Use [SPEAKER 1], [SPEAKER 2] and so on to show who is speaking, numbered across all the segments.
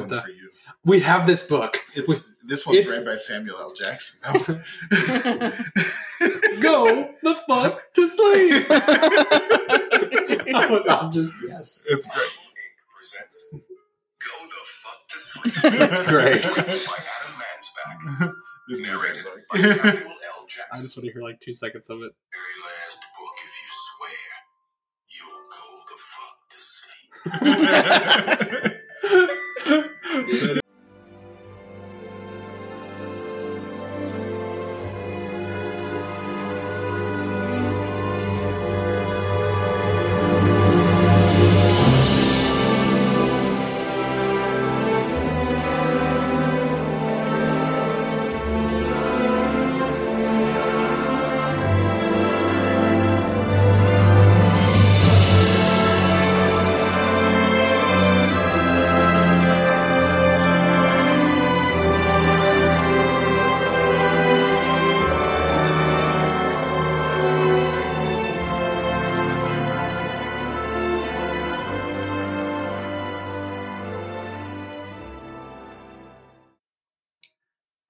[SPEAKER 1] one
[SPEAKER 2] the-
[SPEAKER 1] for you.
[SPEAKER 2] We have this book.
[SPEAKER 1] It's
[SPEAKER 2] We-
[SPEAKER 1] this one's
[SPEAKER 2] it's-
[SPEAKER 1] read by Samuel L. Jackson. though.
[SPEAKER 2] Go the fuck to sleep. I'm I'm just yes.
[SPEAKER 1] it's great.
[SPEAKER 3] presents Go the Fuck to Sleep
[SPEAKER 2] It's great.
[SPEAKER 3] by Adam Mansbach,
[SPEAKER 1] This is a great
[SPEAKER 3] narrated
[SPEAKER 1] book.
[SPEAKER 3] by Samuel L.
[SPEAKER 2] I
[SPEAKER 3] Jackson.
[SPEAKER 2] just want to hear like two seconds of it.
[SPEAKER 3] Very last book, if you swear, you'll go the fuck to sleep.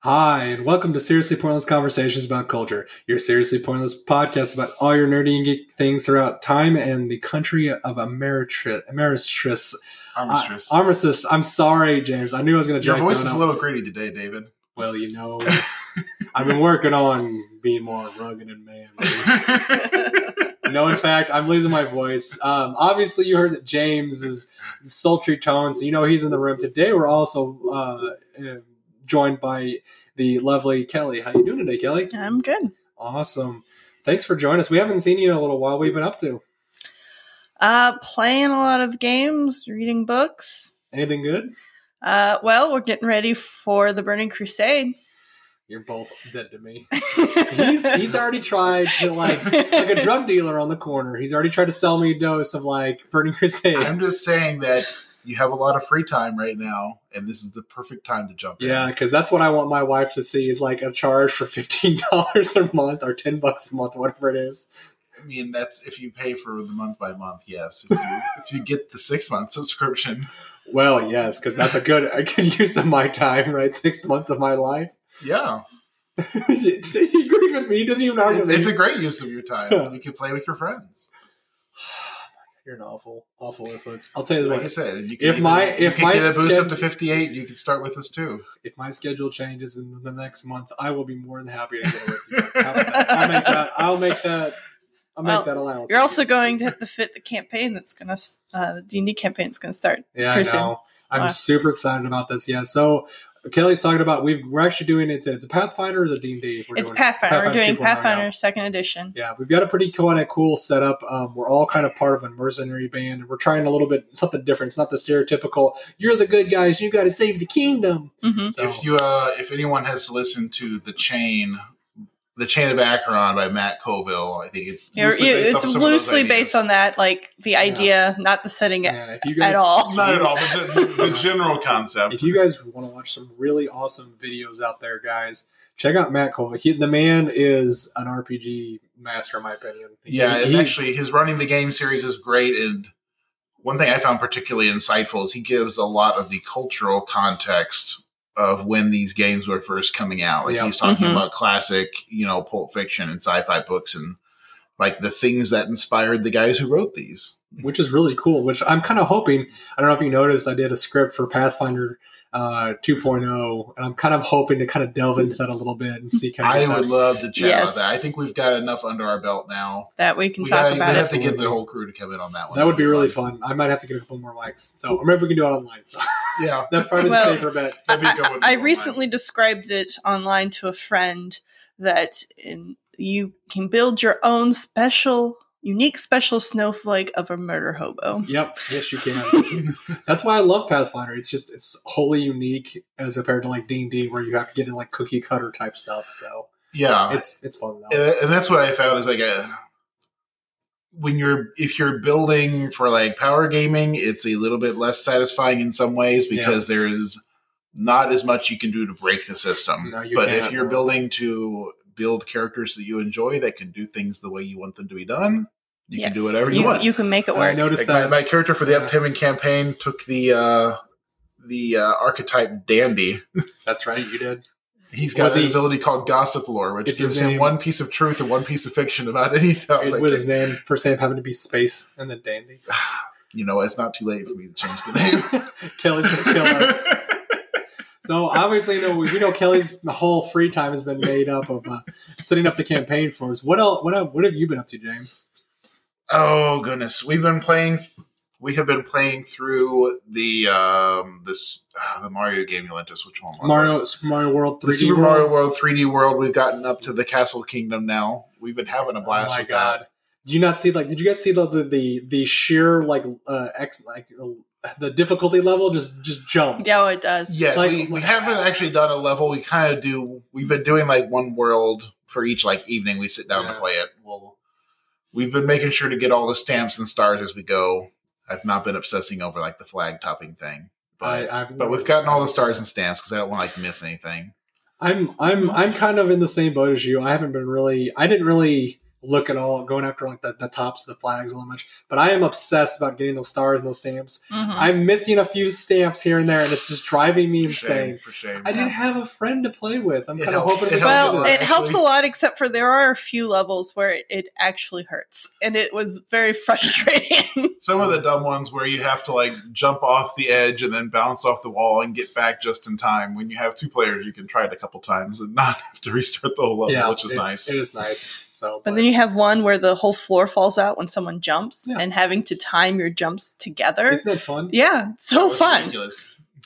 [SPEAKER 2] Hi, and welcome to Seriously Pointless Conversations About Culture, your seriously pointless podcast about all your nerdy and geek things throughout time and the country of Ameritri- Ameritris.
[SPEAKER 1] Armistice.
[SPEAKER 2] Uh, armistice. I'm sorry, James. I knew I was going to
[SPEAKER 1] Your
[SPEAKER 2] jack
[SPEAKER 1] voice
[SPEAKER 2] that
[SPEAKER 1] is a
[SPEAKER 2] up.
[SPEAKER 1] little gritty today, David.
[SPEAKER 2] Well, you know, I've been working on being more rugged and manly. no, in fact, I'm losing my voice. Um, obviously, you heard that James is sultry tone, so you know he's in the room today. We're also uh, uh, joined by the lovely Kelly. How you doing today, Kelly?
[SPEAKER 4] I'm good.
[SPEAKER 2] Awesome. Thanks for joining us. We haven't seen you in a little while. What have you been up to?
[SPEAKER 4] Uh, playing a lot of games, reading books.
[SPEAKER 2] Anything good?
[SPEAKER 4] Uh, well, we're getting ready for the Burning Crusade.
[SPEAKER 2] You're both dead to me. He's he's already tried to like like a drug dealer on the corner. He's already tried to sell me a dose of like Burning Crusade.
[SPEAKER 1] I'm just saying that you have a lot of free time right now, and this is the perfect time to jump
[SPEAKER 2] Yeah,
[SPEAKER 1] in.
[SPEAKER 2] because that's what I want my wife to see is like a charge for fifteen dollars a month or ten bucks a month, whatever it is.
[SPEAKER 1] I mean, that's if you pay for the month by month, yes. If you, if you get the six month subscription,
[SPEAKER 2] Well, yes, because that's a good a good use of my time, right? Six months of my life.
[SPEAKER 1] yeah,
[SPEAKER 2] he agreed with me. Didn't even argue
[SPEAKER 1] it's,
[SPEAKER 2] with me.
[SPEAKER 1] it's a great use of your time. You can play with your friends.
[SPEAKER 2] You're an awful, awful influence. I'll tell you
[SPEAKER 1] Like I
[SPEAKER 2] what.
[SPEAKER 1] said, and you can
[SPEAKER 2] If my-
[SPEAKER 1] you
[SPEAKER 2] if
[SPEAKER 1] can
[SPEAKER 2] my
[SPEAKER 1] get a boost
[SPEAKER 2] sched-
[SPEAKER 1] up to 58, you can start with us too.
[SPEAKER 2] If my schedule changes in the next month, I will be more than happy to get it with you. guys. How about that? I'll make that. I'll make that. I'll make
[SPEAKER 4] Well,
[SPEAKER 2] that allowance.
[SPEAKER 4] You're also
[SPEAKER 2] Yes.
[SPEAKER 4] going to have to fit the campaign that's going to, uh, the D&D campaign that's going to start.
[SPEAKER 2] Yeah,
[SPEAKER 4] person.
[SPEAKER 2] I know. I'm
[SPEAKER 4] Wow.
[SPEAKER 2] super excited about this. Yeah. So Kelly's talking about we've we're actually doing it's it's a Pathfinder or is it D and D?
[SPEAKER 4] it's Pathfinder. We're doing Pathfinder
[SPEAKER 2] Pathfinder. 2.0
[SPEAKER 4] Second Edition.
[SPEAKER 2] now. Yeah, we've got a pretty kind of cool setup. Um, we're all kind of part of a mercenary band, and we're trying a little bit something different. It's not the stereotypical "you're the good guys, you got to save the kingdom."
[SPEAKER 4] hmm
[SPEAKER 2] So
[SPEAKER 1] If you, uh, if anyone has listened to the chain. The Chain of Acheron by Matt Colville. I think it's
[SPEAKER 4] Yeah,
[SPEAKER 1] loosely based
[SPEAKER 4] it's
[SPEAKER 1] off of some of those
[SPEAKER 4] loosely
[SPEAKER 1] ideas.
[SPEAKER 4] based on that, like the idea, not the setting it
[SPEAKER 2] yeah, if you
[SPEAKER 4] at all.
[SPEAKER 5] Not at all, but the, the, the general
[SPEAKER 2] If
[SPEAKER 5] concept.
[SPEAKER 2] you guys want to watch some really awesome videos out there, guys, check out Matt Cole. He, the man is an RPG master, in my opinion.
[SPEAKER 1] Yeah,
[SPEAKER 2] He-
[SPEAKER 1] and
[SPEAKER 2] he-
[SPEAKER 1] actually, his running the game series is great. And one thing I found particularly insightful is he gives a lot of the cultural context of when these games were first coming out. Like
[SPEAKER 2] Yeah.
[SPEAKER 1] he's talking
[SPEAKER 4] Mhm.
[SPEAKER 1] about classic, you know, pulp fiction and sci-fi books, and like the things that inspired the guys who wrote these.
[SPEAKER 2] which is really cool. Which I'm kind of hoping. I don't know if you noticed, I did a script for Pathfinder uh, 2.0, and I'm kind of hoping to kind of delve into that a little bit and see kind
[SPEAKER 1] I
[SPEAKER 2] of.
[SPEAKER 1] would love to chat
[SPEAKER 4] Yes.
[SPEAKER 1] about that. I think we've got enough under our belt now.
[SPEAKER 4] that we can
[SPEAKER 1] We,
[SPEAKER 4] talk
[SPEAKER 1] gotta- we
[SPEAKER 4] about
[SPEAKER 1] have
[SPEAKER 4] it.
[SPEAKER 1] to get
[SPEAKER 2] Absolutely.
[SPEAKER 1] the whole crew to come in on that one.
[SPEAKER 2] that would be
[SPEAKER 1] That'd
[SPEAKER 2] really fun. I might have to get a couple more mics, so or maybe we can do it online. So
[SPEAKER 1] Yeah.
[SPEAKER 2] that's probably
[SPEAKER 4] Well-
[SPEAKER 2] the safer bet.
[SPEAKER 5] Let me go
[SPEAKER 4] I,
[SPEAKER 5] with
[SPEAKER 4] I- I
[SPEAKER 5] one
[SPEAKER 4] recently described it online to a friend that in, you can build your own special, unique, special snowflake of a murder hobo.
[SPEAKER 2] Yep. Yes, you can. That's why I love Pathfinder. It's just it's wholly unique as compared to like D and D, where you have to get in like cookie cutter type stuff. So
[SPEAKER 1] Yeah.
[SPEAKER 2] it's it's fun though.
[SPEAKER 1] and, and that's what I found is like a when you're if you're building for like power gaming, it's a little bit less satisfying in some ways because there is not as much you can do to break the system.
[SPEAKER 2] No, you
[SPEAKER 1] but
[SPEAKER 2] can't.
[SPEAKER 1] if you're building to build characters that you enjoy that can do things the way you want them to be done, you can do
[SPEAKER 4] Yes.
[SPEAKER 1] whatever you, want.
[SPEAKER 4] You can make it
[SPEAKER 2] And I
[SPEAKER 4] work.
[SPEAKER 1] Like
[SPEAKER 2] noticed
[SPEAKER 1] my,
[SPEAKER 2] that
[SPEAKER 1] my character for the upcoming campaign took the uh the uh, archetype dandy.
[SPEAKER 2] That's right, you did.
[SPEAKER 1] He's got
[SPEAKER 2] Was
[SPEAKER 1] an
[SPEAKER 2] he-
[SPEAKER 1] ability called gossip lore, which
[SPEAKER 2] Is his
[SPEAKER 1] gives him
[SPEAKER 2] name-
[SPEAKER 1] one piece of truth and one piece of fiction about anything.
[SPEAKER 2] It,
[SPEAKER 1] Like,
[SPEAKER 2] what his name? First name happened to be Space, and then Dandy.
[SPEAKER 1] you know, it's not too late for me to change the name.
[SPEAKER 2] Kelly's gonna kill us. So obviously, you know, we know Kelly's whole free time has been made up of uh, setting up the campaign for us. What else? What, el- what have you been up to, James?
[SPEAKER 1] Oh goodness, we've been playing. We have been playing through the um this uh, the Mario game you lent us. Which one was it?
[SPEAKER 2] Mario, Super Mario World,
[SPEAKER 1] The
[SPEAKER 2] 3D
[SPEAKER 1] Super
[SPEAKER 2] World?
[SPEAKER 1] Mario World 3D World. We've gotten up to the Castle Kingdom now. We've been having a blast.
[SPEAKER 2] Oh my
[SPEAKER 1] with
[SPEAKER 2] god! Do you not see like? Did you guys see the the the, the sheer like uh ex like uh, the difficulty level just just jumps?
[SPEAKER 4] Yeah, it
[SPEAKER 1] That.
[SPEAKER 4] does.
[SPEAKER 1] Yes,
[SPEAKER 2] Like-
[SPEAKER 1] we, we haven't actually done a level. We kind of do. We've been doing like one world for each like evening. We sit down
[SPEAKER 2] Yeah.
[SPEAKER 1] to play it. We'll. We've been making sure to get all the stamps and stars as we go. I've not been obsessing over like the flag topping thing, but
[SPEAKER 2] I- I've-
[SPEAKER 1] But we've gotten all the stars and stamps because I don't want to like miss anything.
[SPEAKER 2] I'm I'm I'm kind of in the same boat as you. I haven't been really I didn't really look at all going after like the, the tops of the flags all that much. But I am obsessed about getting those stars and those stamps.
[SPEAKER 4] Mhm.
[SPEAKER 2] I'm missing a few stamps here and there and it's just driving me insane.
[SPEAKER 1] for shame.
[SPEAKER 2] I didn't have a friend to play with. I'm
[SPEAKER 1] It
[SPEAKER 2] kind of
[SPEAKER 1] helps-
[SPEAKER 2] hoping
[SPEAKER 1] it
[SPEAKER 2] helps
[SPEAKER 1] a
[SPEAKER 4] well,
[SPEAKER 1] lot,
[SPEAKER 4] it helps a
[SPEAKER 1] actually.
[SPEAKER 4] lot, except for there are a few levels where it, it actually hurts, and it was very frustrating.
[SPEAKER 5] Some of the dumb ones where you have to like jump off the edge and then bounce off the wall and get back just in time. When you have two players, you can try it a couple times and not have to restart the whole level, which is
[SPEAKER 2] it-
[SPEAKER 5] nice.
[SPEAKER 2] It is nice. So
[SPEAKER 4] but then you have one where the whole floor falls out when someone jumps,
[SPEAKER 2] Yeah.
[SPEAKER 4] and having to time your jumps together.
[SPEAKER 2] isn't that fun?
[SPEAKER 4] Yeah, it's so fun.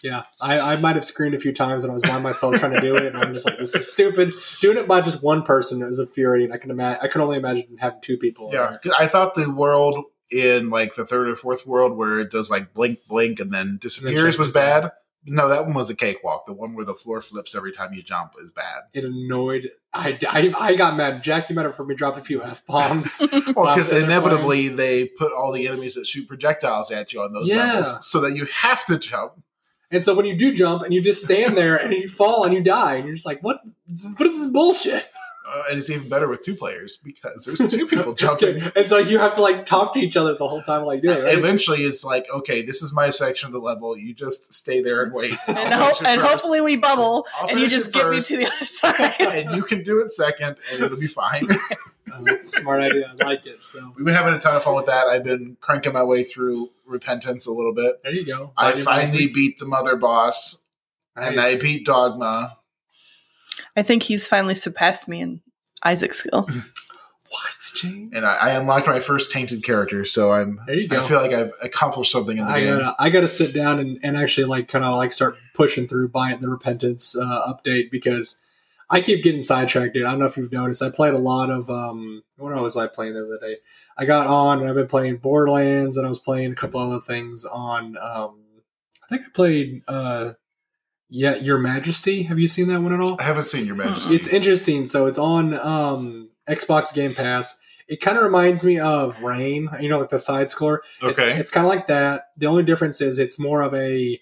[SPEAKER 2] Yeah, I, I might have screened a few times when I was by myself trying to do it, and I'm just like, this is stupid. Doing it by just one person is infuriating. I can imagine. I can only imagine having two people.
[SPEAKER 1] Yeah, 'cause I thought the world in like the third or fourth world where it does like blink, blink, and then disappears was
[SPEAKER 2] changes, yeah.
[SPEAKER 1] bad. No, that one was a cakewalk. The one where the floor flips every time you jump is bad.
[SPEAKER 2] It annoyed. I, I, I got mad. Jackie might have heard me drop a few f bombs.
[SPEAKER 1] Well,
[SPEAKER 2] Wow,
[SPEAKER 1] because
[SPEAKER 2] so they're
[SPEAKER 1] inevitably they put all the enemies that shoot projectiles at you on those
[SPEAKER 2] Yeah.
[SPEAKER 1] levels, so that you have to jump.
[SPEAKER 2] and so when you do jump and you just stand there and you fall and you die and you're just like, what? What is this bullshit?
[SPEAKER 1] Uh, and it's even better with two players because there's two people jumping.
[SPEAKER 2] and so you have to like talk to each other the whole time, like, do it. Right?
[SPEAKER 1] Eventually, it's like, okay, this is my section of the level. You just stay there and wait. I'll
[SPEAKER 4] and,
[SPEAKER 1] finish
[SPEAKER 4] ho-
[SPEAKER 1] it
[SPEAKER 4] and
[SPEAKER 1] first.
[SPEAKER 4] hopefully we bubble,
[SPEAKER 1] I'll
[SPEAKER 4] and you
[SPEAKER 1] finish
[SPEAKER 4] just
[SPEAKER 1] it
[SPEAKER 4] get me
[SPEAKER 1] first.
[SPEAKER 4] to the other side.
[SPEAKER 1] and you can do it second, and it'll be fine.
[SPEAKER 2] Oh, that's a smart idea. I like it. So
[SPEAKER 1] We've been having a ton of fun with that. I've been cranking my way through Repentance a little bit.
[SPEAKER 2] there you go.
[SPEAKER 1] I
[SPEAKER 2] Binding
[SPEAKER 1] finally
[SPEAKER 2] Isaac.
[SPEAKER 1] beat the mother boss, and I
[SPEAKER 2] Nice.
[SPEAKER 1] beat Dogma.
[SPEAKER 4] I think he's finally surpassed me in Isaac skill.
[SPEAKER 2] what, James?
[SPEAKER 1] And I, I unlocked my first tainted character, so I'm.
[SPEAKER 2] there you go.
[SPEAKER 1] I feel like I've accomplished something in the
[SPEAKER 2] I uh,
[SPEAKER 1] game.
[SPEAKER 2] gotta, I gotta sit down and, and actually like kind of like start pushing through buying the repentance uh, update because I keep getting sidetracked, dude. I don't know if you've noticed. I played a lot of um, what was I playing the other day? I got on and I've been playing Borderlands and I was playing a couple other things on. Um, I think I played uh, yeah, Your Majesty. Have you seen that one at all?
[SPEAKER 1] I haven't seen Your Majesty.
[SPEAKER 2] It's interesting. So it's on um, Xbox Game Pass. It kind of reminds me of Rain, you know, like the side scroller.
[SPEAKER 5] okay.
[SPEAKER 2] It's kind of like that. The only difference is it's more of a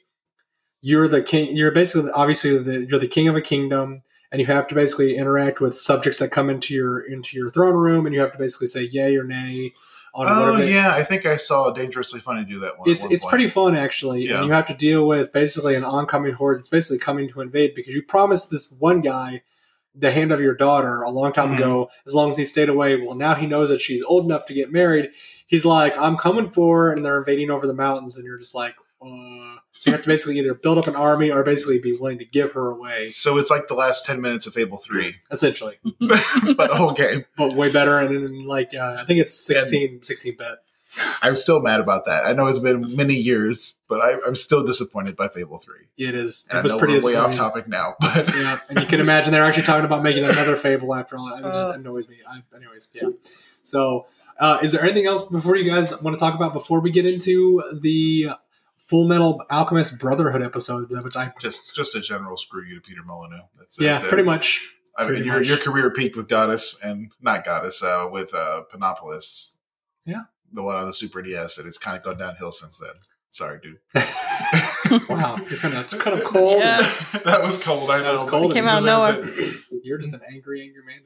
[SPEAKER 2] you're the king. You're basically obviously the, you're the king of a kingdom, and you have to basically interact with subjects that come into your into your throne room, and you have to basically say yay or nay on
[SPEAKER 1] oh
[SPEAKER 2] whatever.
[SPEAKER 1] yeah, I think I saw Dangerously Funny do that one. at
[SPEAKER 2] It's
[SPEAKER 1] one
[SPEAKER 2] it's
[SPEAKER 1] point.
[SPEAKER 2] pretty fun actually,
[SPEAKER 1] Yeah.
[SPEAKER 2] and you have to deal with basically an oncoming horde that's basically coming to invade because you promised this one guy the hand of your daughter a long time
[SPEAKER 1] Mhm.
[SPEAKER 2] ago. As long as he stayed away, well now he knows that she's old enough to get married. He's like, I'm coming for, her," and they're invading over the mountains, and you're just like, uh. so you have to basically either build up an army or basically be willing to give her away,
[SPEAKER 1] So it's like the last ten minutes of Fable Three,
[SPEAKER 2] essentially,
[SPEAKER 1] but a whole game.
[SPEAKER 2] but way better. And, then like uh, I think it's 16, 16 bit.
[SPEAKER 1] I'm still mad about that. I know it's been many years, but I, I'm still disappointed by Fable Three.
[SPEAKER 2] It is. It
[SPEAKER 1] And I
[SPEAKER 2] was
[SPEAKER 1] know
[SPEAKER 2] pretty
[SPEAKER 1] we're way off topic
[SPEAKER 2] disappointing.
[SPEAKER 1] now, but
[SPEAKER 2] yeah, and you can imagine they're actually talking about making another Fable after all. That It just annoys me. I, anyways, yeah. So, uh, is there anything else before you guys want to talk about before we get into the Full Metal Alchemist Brotherhood episode? Which I
[SPEAKER 1] just just a general screw you to Peter Molyneux. That's,
[SPEAKER 2] yeah,
[SPEAKER 1] that's it.
[SPEAKER 2] pretty much.
[SPEAKER 1] I mean,
[SPEAKER 2] pretty
[SPEAKER 1] your,
[SPEAKER 2] much.
[SPEAKER 1] your career peaked with Goddess and not Goddess uh, with uh, Panopolis.
[SPEAKER 2] Yeah.
[SPEAKER 1] the one on the Super E DS, and it's kind of gone downhill since then. Sorry, dude.
[SPEAKER 2] Wow, you're kind of it's kind of cold.
[SPEAKER 4] Yeah.
[SPEAKER 1] that was cold. I
[SPEAKER 2] That
[SPEAKER 1] know.
[SPEAKER 2] was cold.
[SPEAKER 1] but
[SPEAKER 2] Came
[SPEAKER 4] Uh, out of
[SPEAKER 1] deserves it.
[SPEAKER 2] You're just an angry, angry man.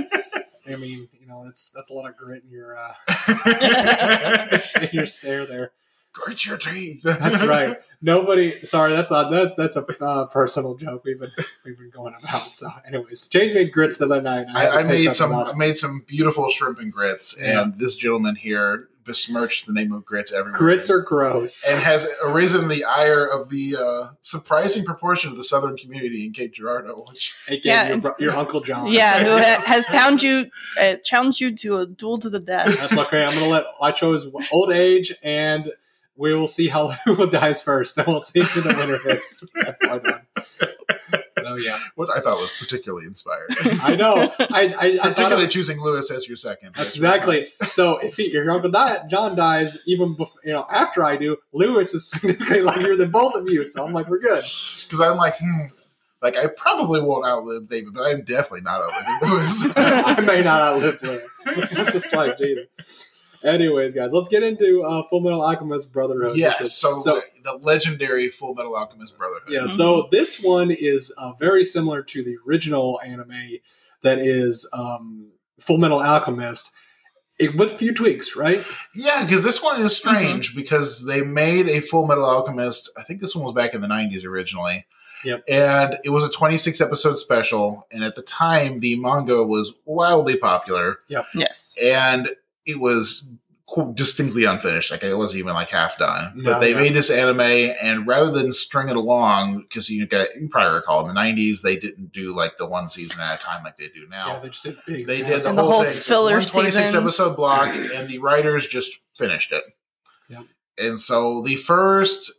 [SPEAKER 2] Today.
[SPEAKER 4] Mhm.
[SPEAKER 2] I mean, you know, that's that's a lot of grit in your uh, in your stare there.
[SPEAKER 1] Grit your teeth.
[SPEAKER 2] That's right. Nobody. Sorry, that's on. That's that's a uh, personal joke we've been we've been going about. So, anyways, James made grits the other night.
[SPEAKER 1] I,
[SPEAKER 2] had to
[SPEAKER 1] I
[SPEAKER 2] say
[SPEAKER 1] made
[SPEAKER 2] something
[SPEAKER 1] some.
[SPEAKER 2] about
[SPEAKER 1] I made some beautiful shrimp and grits, and this gentleman here besmirched the name of grits
[SPEAKER 2] it.
[SPEAKER 1] everywhere.
[SPEAKER 2] grits are gross.
[SPEAKER 1] and has arisen the ire of the uh, surprising proportion of the southern community in Cape Girardeau. Which,
[SPEAKER 2] Again,
[SPEAKER 4] Yeah,
[SPEAKER 2] your,
[SPEAKER 4] and-
[SPEAKER 2] bro- your uncle John.
[SPEAKER 4] Yeah, who ha-
[SPEAKER 1] Yes.
[SPEAKER 4] has challenged you, uh, challenged you to a duel to the death.
[SPEAKER 2] That's okay. I'm gonna let. I chose old age, and we will see how who dies first, and we'll see who the winner is. Hold on. so yeah,
[SPEAKER 1] what I thought was particularly inspired,
[SPEAKER 2] I know. I I, I thought
[SPEAKER 1] particularly
[SPEAKER 2] of-
[SPEAKER 1] choosing Lewis as your second.
[SPEAKER 2] that's exactly. So if, he, if your uncle di- John dies, even before, you know after I do, Lewis is significantly luckier than both of you. So I'm like, we're good.
[SPEAKER 1] because I'm like, hmm, like I probably won't outlive David, but I'm definitely not outliving Lewis.
[SPEAKER 2] I may not outlive Lewis. That's a slight Jesus. Anyways, guys, let's get into uh, Full Metal Alchemist Brotherhood.
[SPEAKER 1] yes, so,
[SPEAKER 2] So-
[SPEAKER 1] the, the legendary Full Metal Alchemist Brotherhood.
[SPEAKER 2] Yeah, so
[SPEAKER 4] Mm-hmm.
[SPEAKER 2] this one is uh, very similar to the original anime that is um, Full Metal Alchemist it, with a few tweaks, right?
[SPEAKER 1] Yeah, because this one is
[SPEAKER 2] Mm-hmm.
[SPEAKER 1] strange because they made a Full Metal Alchemist. I think this one was back in the 90s originally.
[SPEAKER 2] Yep.
[SPEAKER 1] And it was a 26 episode special. And at the time, the manga was wildly popular
[SPEAKER 4] yes.
[SPEAKER 1] and it was qu- distinctly unfinished. Like it wasn't even like half done.
[SPEAKER 2] No,
[SPEAKER 1] but they
[SPEAKER 2] yeah.
[SPEAKER 1] made this anime, and rather than string it along, because you, got- you probably recall in the 90s, they didn't do like the one season at a time like they do now.
[SPEAKER 2] Yeah, they just did big.
[SPEAKER 1] They did
[SPEAKER 2] massive-
[SPEAKER 1] the
[SPEAKER 4] And the
[SPEAKER 1] whole,
[SPEAKER 4] whole
[SPEAKER 1] thing. So
[SPEAKER 4] filler
[SPEAKER 1] one 26
[SPEAKER 4] seasons.
[SPEAKER 1] episode block, and the writers just finished it.
[SPEAKER 2] Yep.
[SPEAKER 1] And so the first,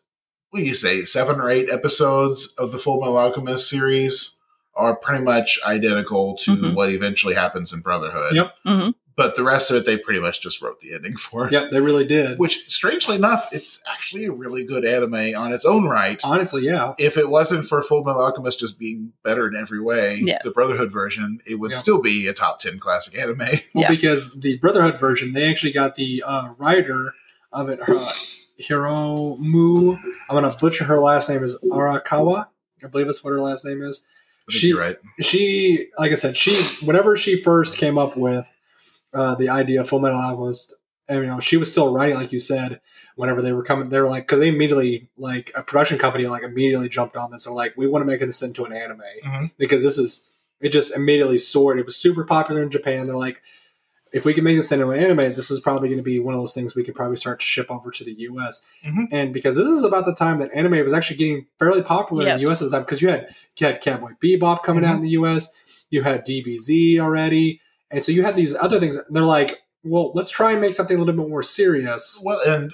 [SPEAKER 1] what do you say, seven or eight episodes of the Full Metal Alchemist series are pretty much identical to
[SPEAKER 4] Mhm.
[SPEAKER 1] what eventually happens in Brotherhood.
[SPEAKER 2] Yep.
[SPEAKER 4] Mhm.
[SPEAKER 1] But the rest of it, they pretty much just wrote the ending for.
[SPEAKER 2] Yep, they really did.
[SPEAKER 1] Which, strangely enough, it's actually a really good anime on its own right.
[SPEAKER 2] Honestly, yeah.
[SPEAKER 1] If it wasn't for Full Metal Alchemist just being better in every way,
[SPEAKER 4] Yes.
[SPEAKER 1] the Brotherhood version, it would
[SPEAKER 2] Yeah.
[SPEAKER 1] still be a top 10 classic anime.
[SPEAKER 2] Well,
[SPEAKER 4] Yeah.
[SPEAKER 2] because the Brotherhood version, they actually got the uh, writer of it, uh, Hiromu. I'm going to butcher her last name is Arakawa. I believe that's what her last name is.
[SPEAKER 1] I think
[SPEAKER 2] She-
[SPEAKER 1] you're right.
[SPEAKER 2] she like i said she whenever she first came up with uh, the idea of full metal alchemist and you know she was still writing like you said whenever they were coming they were like because they immediately like a production company like immediately jumped on this and like we want to make this into an anime
[SPEAKER 1] Mhm.
[SPEAKER 2] because this is it just immediately soared it was super popular in japan they're like if we can make this into an anime this is probably going to be one of those things we could probably start to ship over to the us
[SPEAKER 1] Mhm.
[SPEAKER 2] and because this is about the time that anime was actually getting fairly popular in the
[SPEAKER 4] Yes.
[SPEAKER 2] us at the time because you had you had Cowboy Bebop coming out in the U.S. You had DBZ already, and so you had these other things. And they're like, well, let's try and make something a little bit more serious.
[SPEAKER 1] Well, and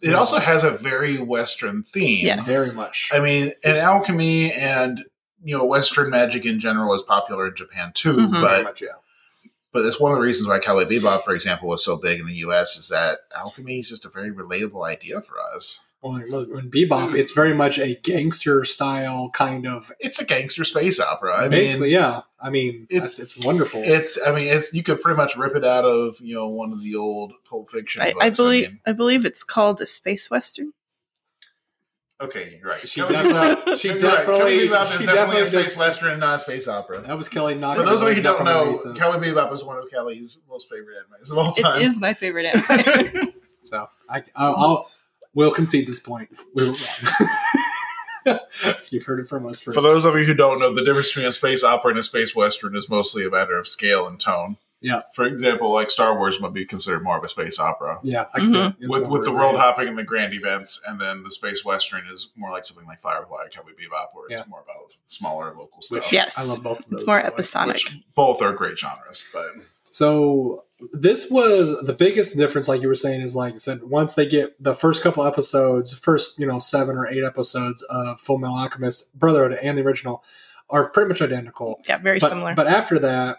[SPEAKER 1] it
[SPEAKER 2] Yeah.
[SPEAKER 1] also has a very Western theme.
[SPEAKER 4] Yes.
[SPEAKER 2] Very much.
[SPEAKER 1] I mean, and alchemy and you know Western magic in general is popular in Japan too.
[SPEAKER 4] Mhm.
[SPEAKER 2] Very
[SPEAKER 1] But
[SPEAKER 2] much, yeah.
[SPEAKER 1] but that's one of the reasons why Cowboy Bebop, for example, was so big in the U.S. is that alchemy is just a very relatable idea for us.
[SPEAKER 2] Well, like, look, when
[SPEAKER 1] Mm.
[SPEAKER 2] Bebop, it's very much a gangster style kind of.
[SPEAKER 1] It's a gangster space opera. I
[SPEAKER 2] basically,
[SPEAKER 1] mean,
[SPEAKER 2] yeah. I mean,
[SPEAKER 1] it's-
[SPEAKER 2] it's it's wonderful.
[SPEAKER 1] it's I mean, it's you could pretty much rip it out of you know one of the old Pulp Fiction.
[SPEAKER 4] I,
[SPEAKER 1] books.
[SPEAKER 4] I believe
[SPEAKER 1] mean,
[SPEAKER 4] I believe it's called a space western.
[SPEAKER 1] okay, you're right.
[SPEAKER 2] She
[SPEAKER 1] Cowboy
[SPEAKER 2] definitely-
[SPEAKER 1] Bebop-
[SPEAKER 2] she
[SPEAKER 1] you're right. Cowboy Bebop
[SPEAKER 2] definitely-
[SPEAKER 1] is
[SPEAKER 2] she
[SPEAKER 1] definitely,
[SPEAKER 2] definitely
[SPEAKER 1] a space
[SPEAKER 2] does-
[SPEAKER 1] western, not a space opera.
[SPEAKER 2] that was Kelly Knox.
[SPEAKER 1] For those of you who
[SPEAKER 2] He's
[SPEAKER 1] don't
[SPEAKER 2] not gonna
[SPEAKER 1] know,
[SPEAKER 2] read this.
[SPEAKER 1] Cowboy Bebop is one of Kelly's most favorite animes of all
[SPEAKER 4] It
[SPEAKER 1] time.
[SPEAKER 4] is my favorite anime.
[SPEAKER 2] So I, I'll, I'll we'll concede this point. We were wrong. You've heard it from us first.
[SPEAKER 5] For those of you who don't know, the difference between a space opera and a space western is mostly a matter of scale and tone.
[SPEAKER 2] Yeah.
[SPEAKER 5] For example, like Star Wars might be considered more of a space opera
[SPEAKER 2] yeah, I
[SPEAKER 4] Mm-hmm.
[SPEAKER 2] can see it.
[SPEAKER 5] with with the world hopping and the grand events, and then the space western is more like something like Firefly, Cowboy Bebop, where it's
[SPEAKER 2] Yeah.
[SPEAKER 5] more about smaller local
[SPEAKER 2] Which
[SPEAKER 5] stuff.
[SPEAKER 4] Yes.
[SPEAKER 2] I love both. Of those,
[SPEAKER 4] It's more
[SPEAKER 2] by the way.
[SPEAKER 4] episodic.
[SPEAKER 5] Which both are great genres, but
[SPEAKER 2] So this was the biggest difference, like you were saying, is like I said, once they get the first couple episodes, first you know seven or eight episodes of Full Metal Alchemist Brotherhood and the original are pretty much identical.
[SPEAKER 4] yeah, very
[SPEAKER 2] but,
[SPEAKER 4] similar.
[SPEAKER 2] But after that,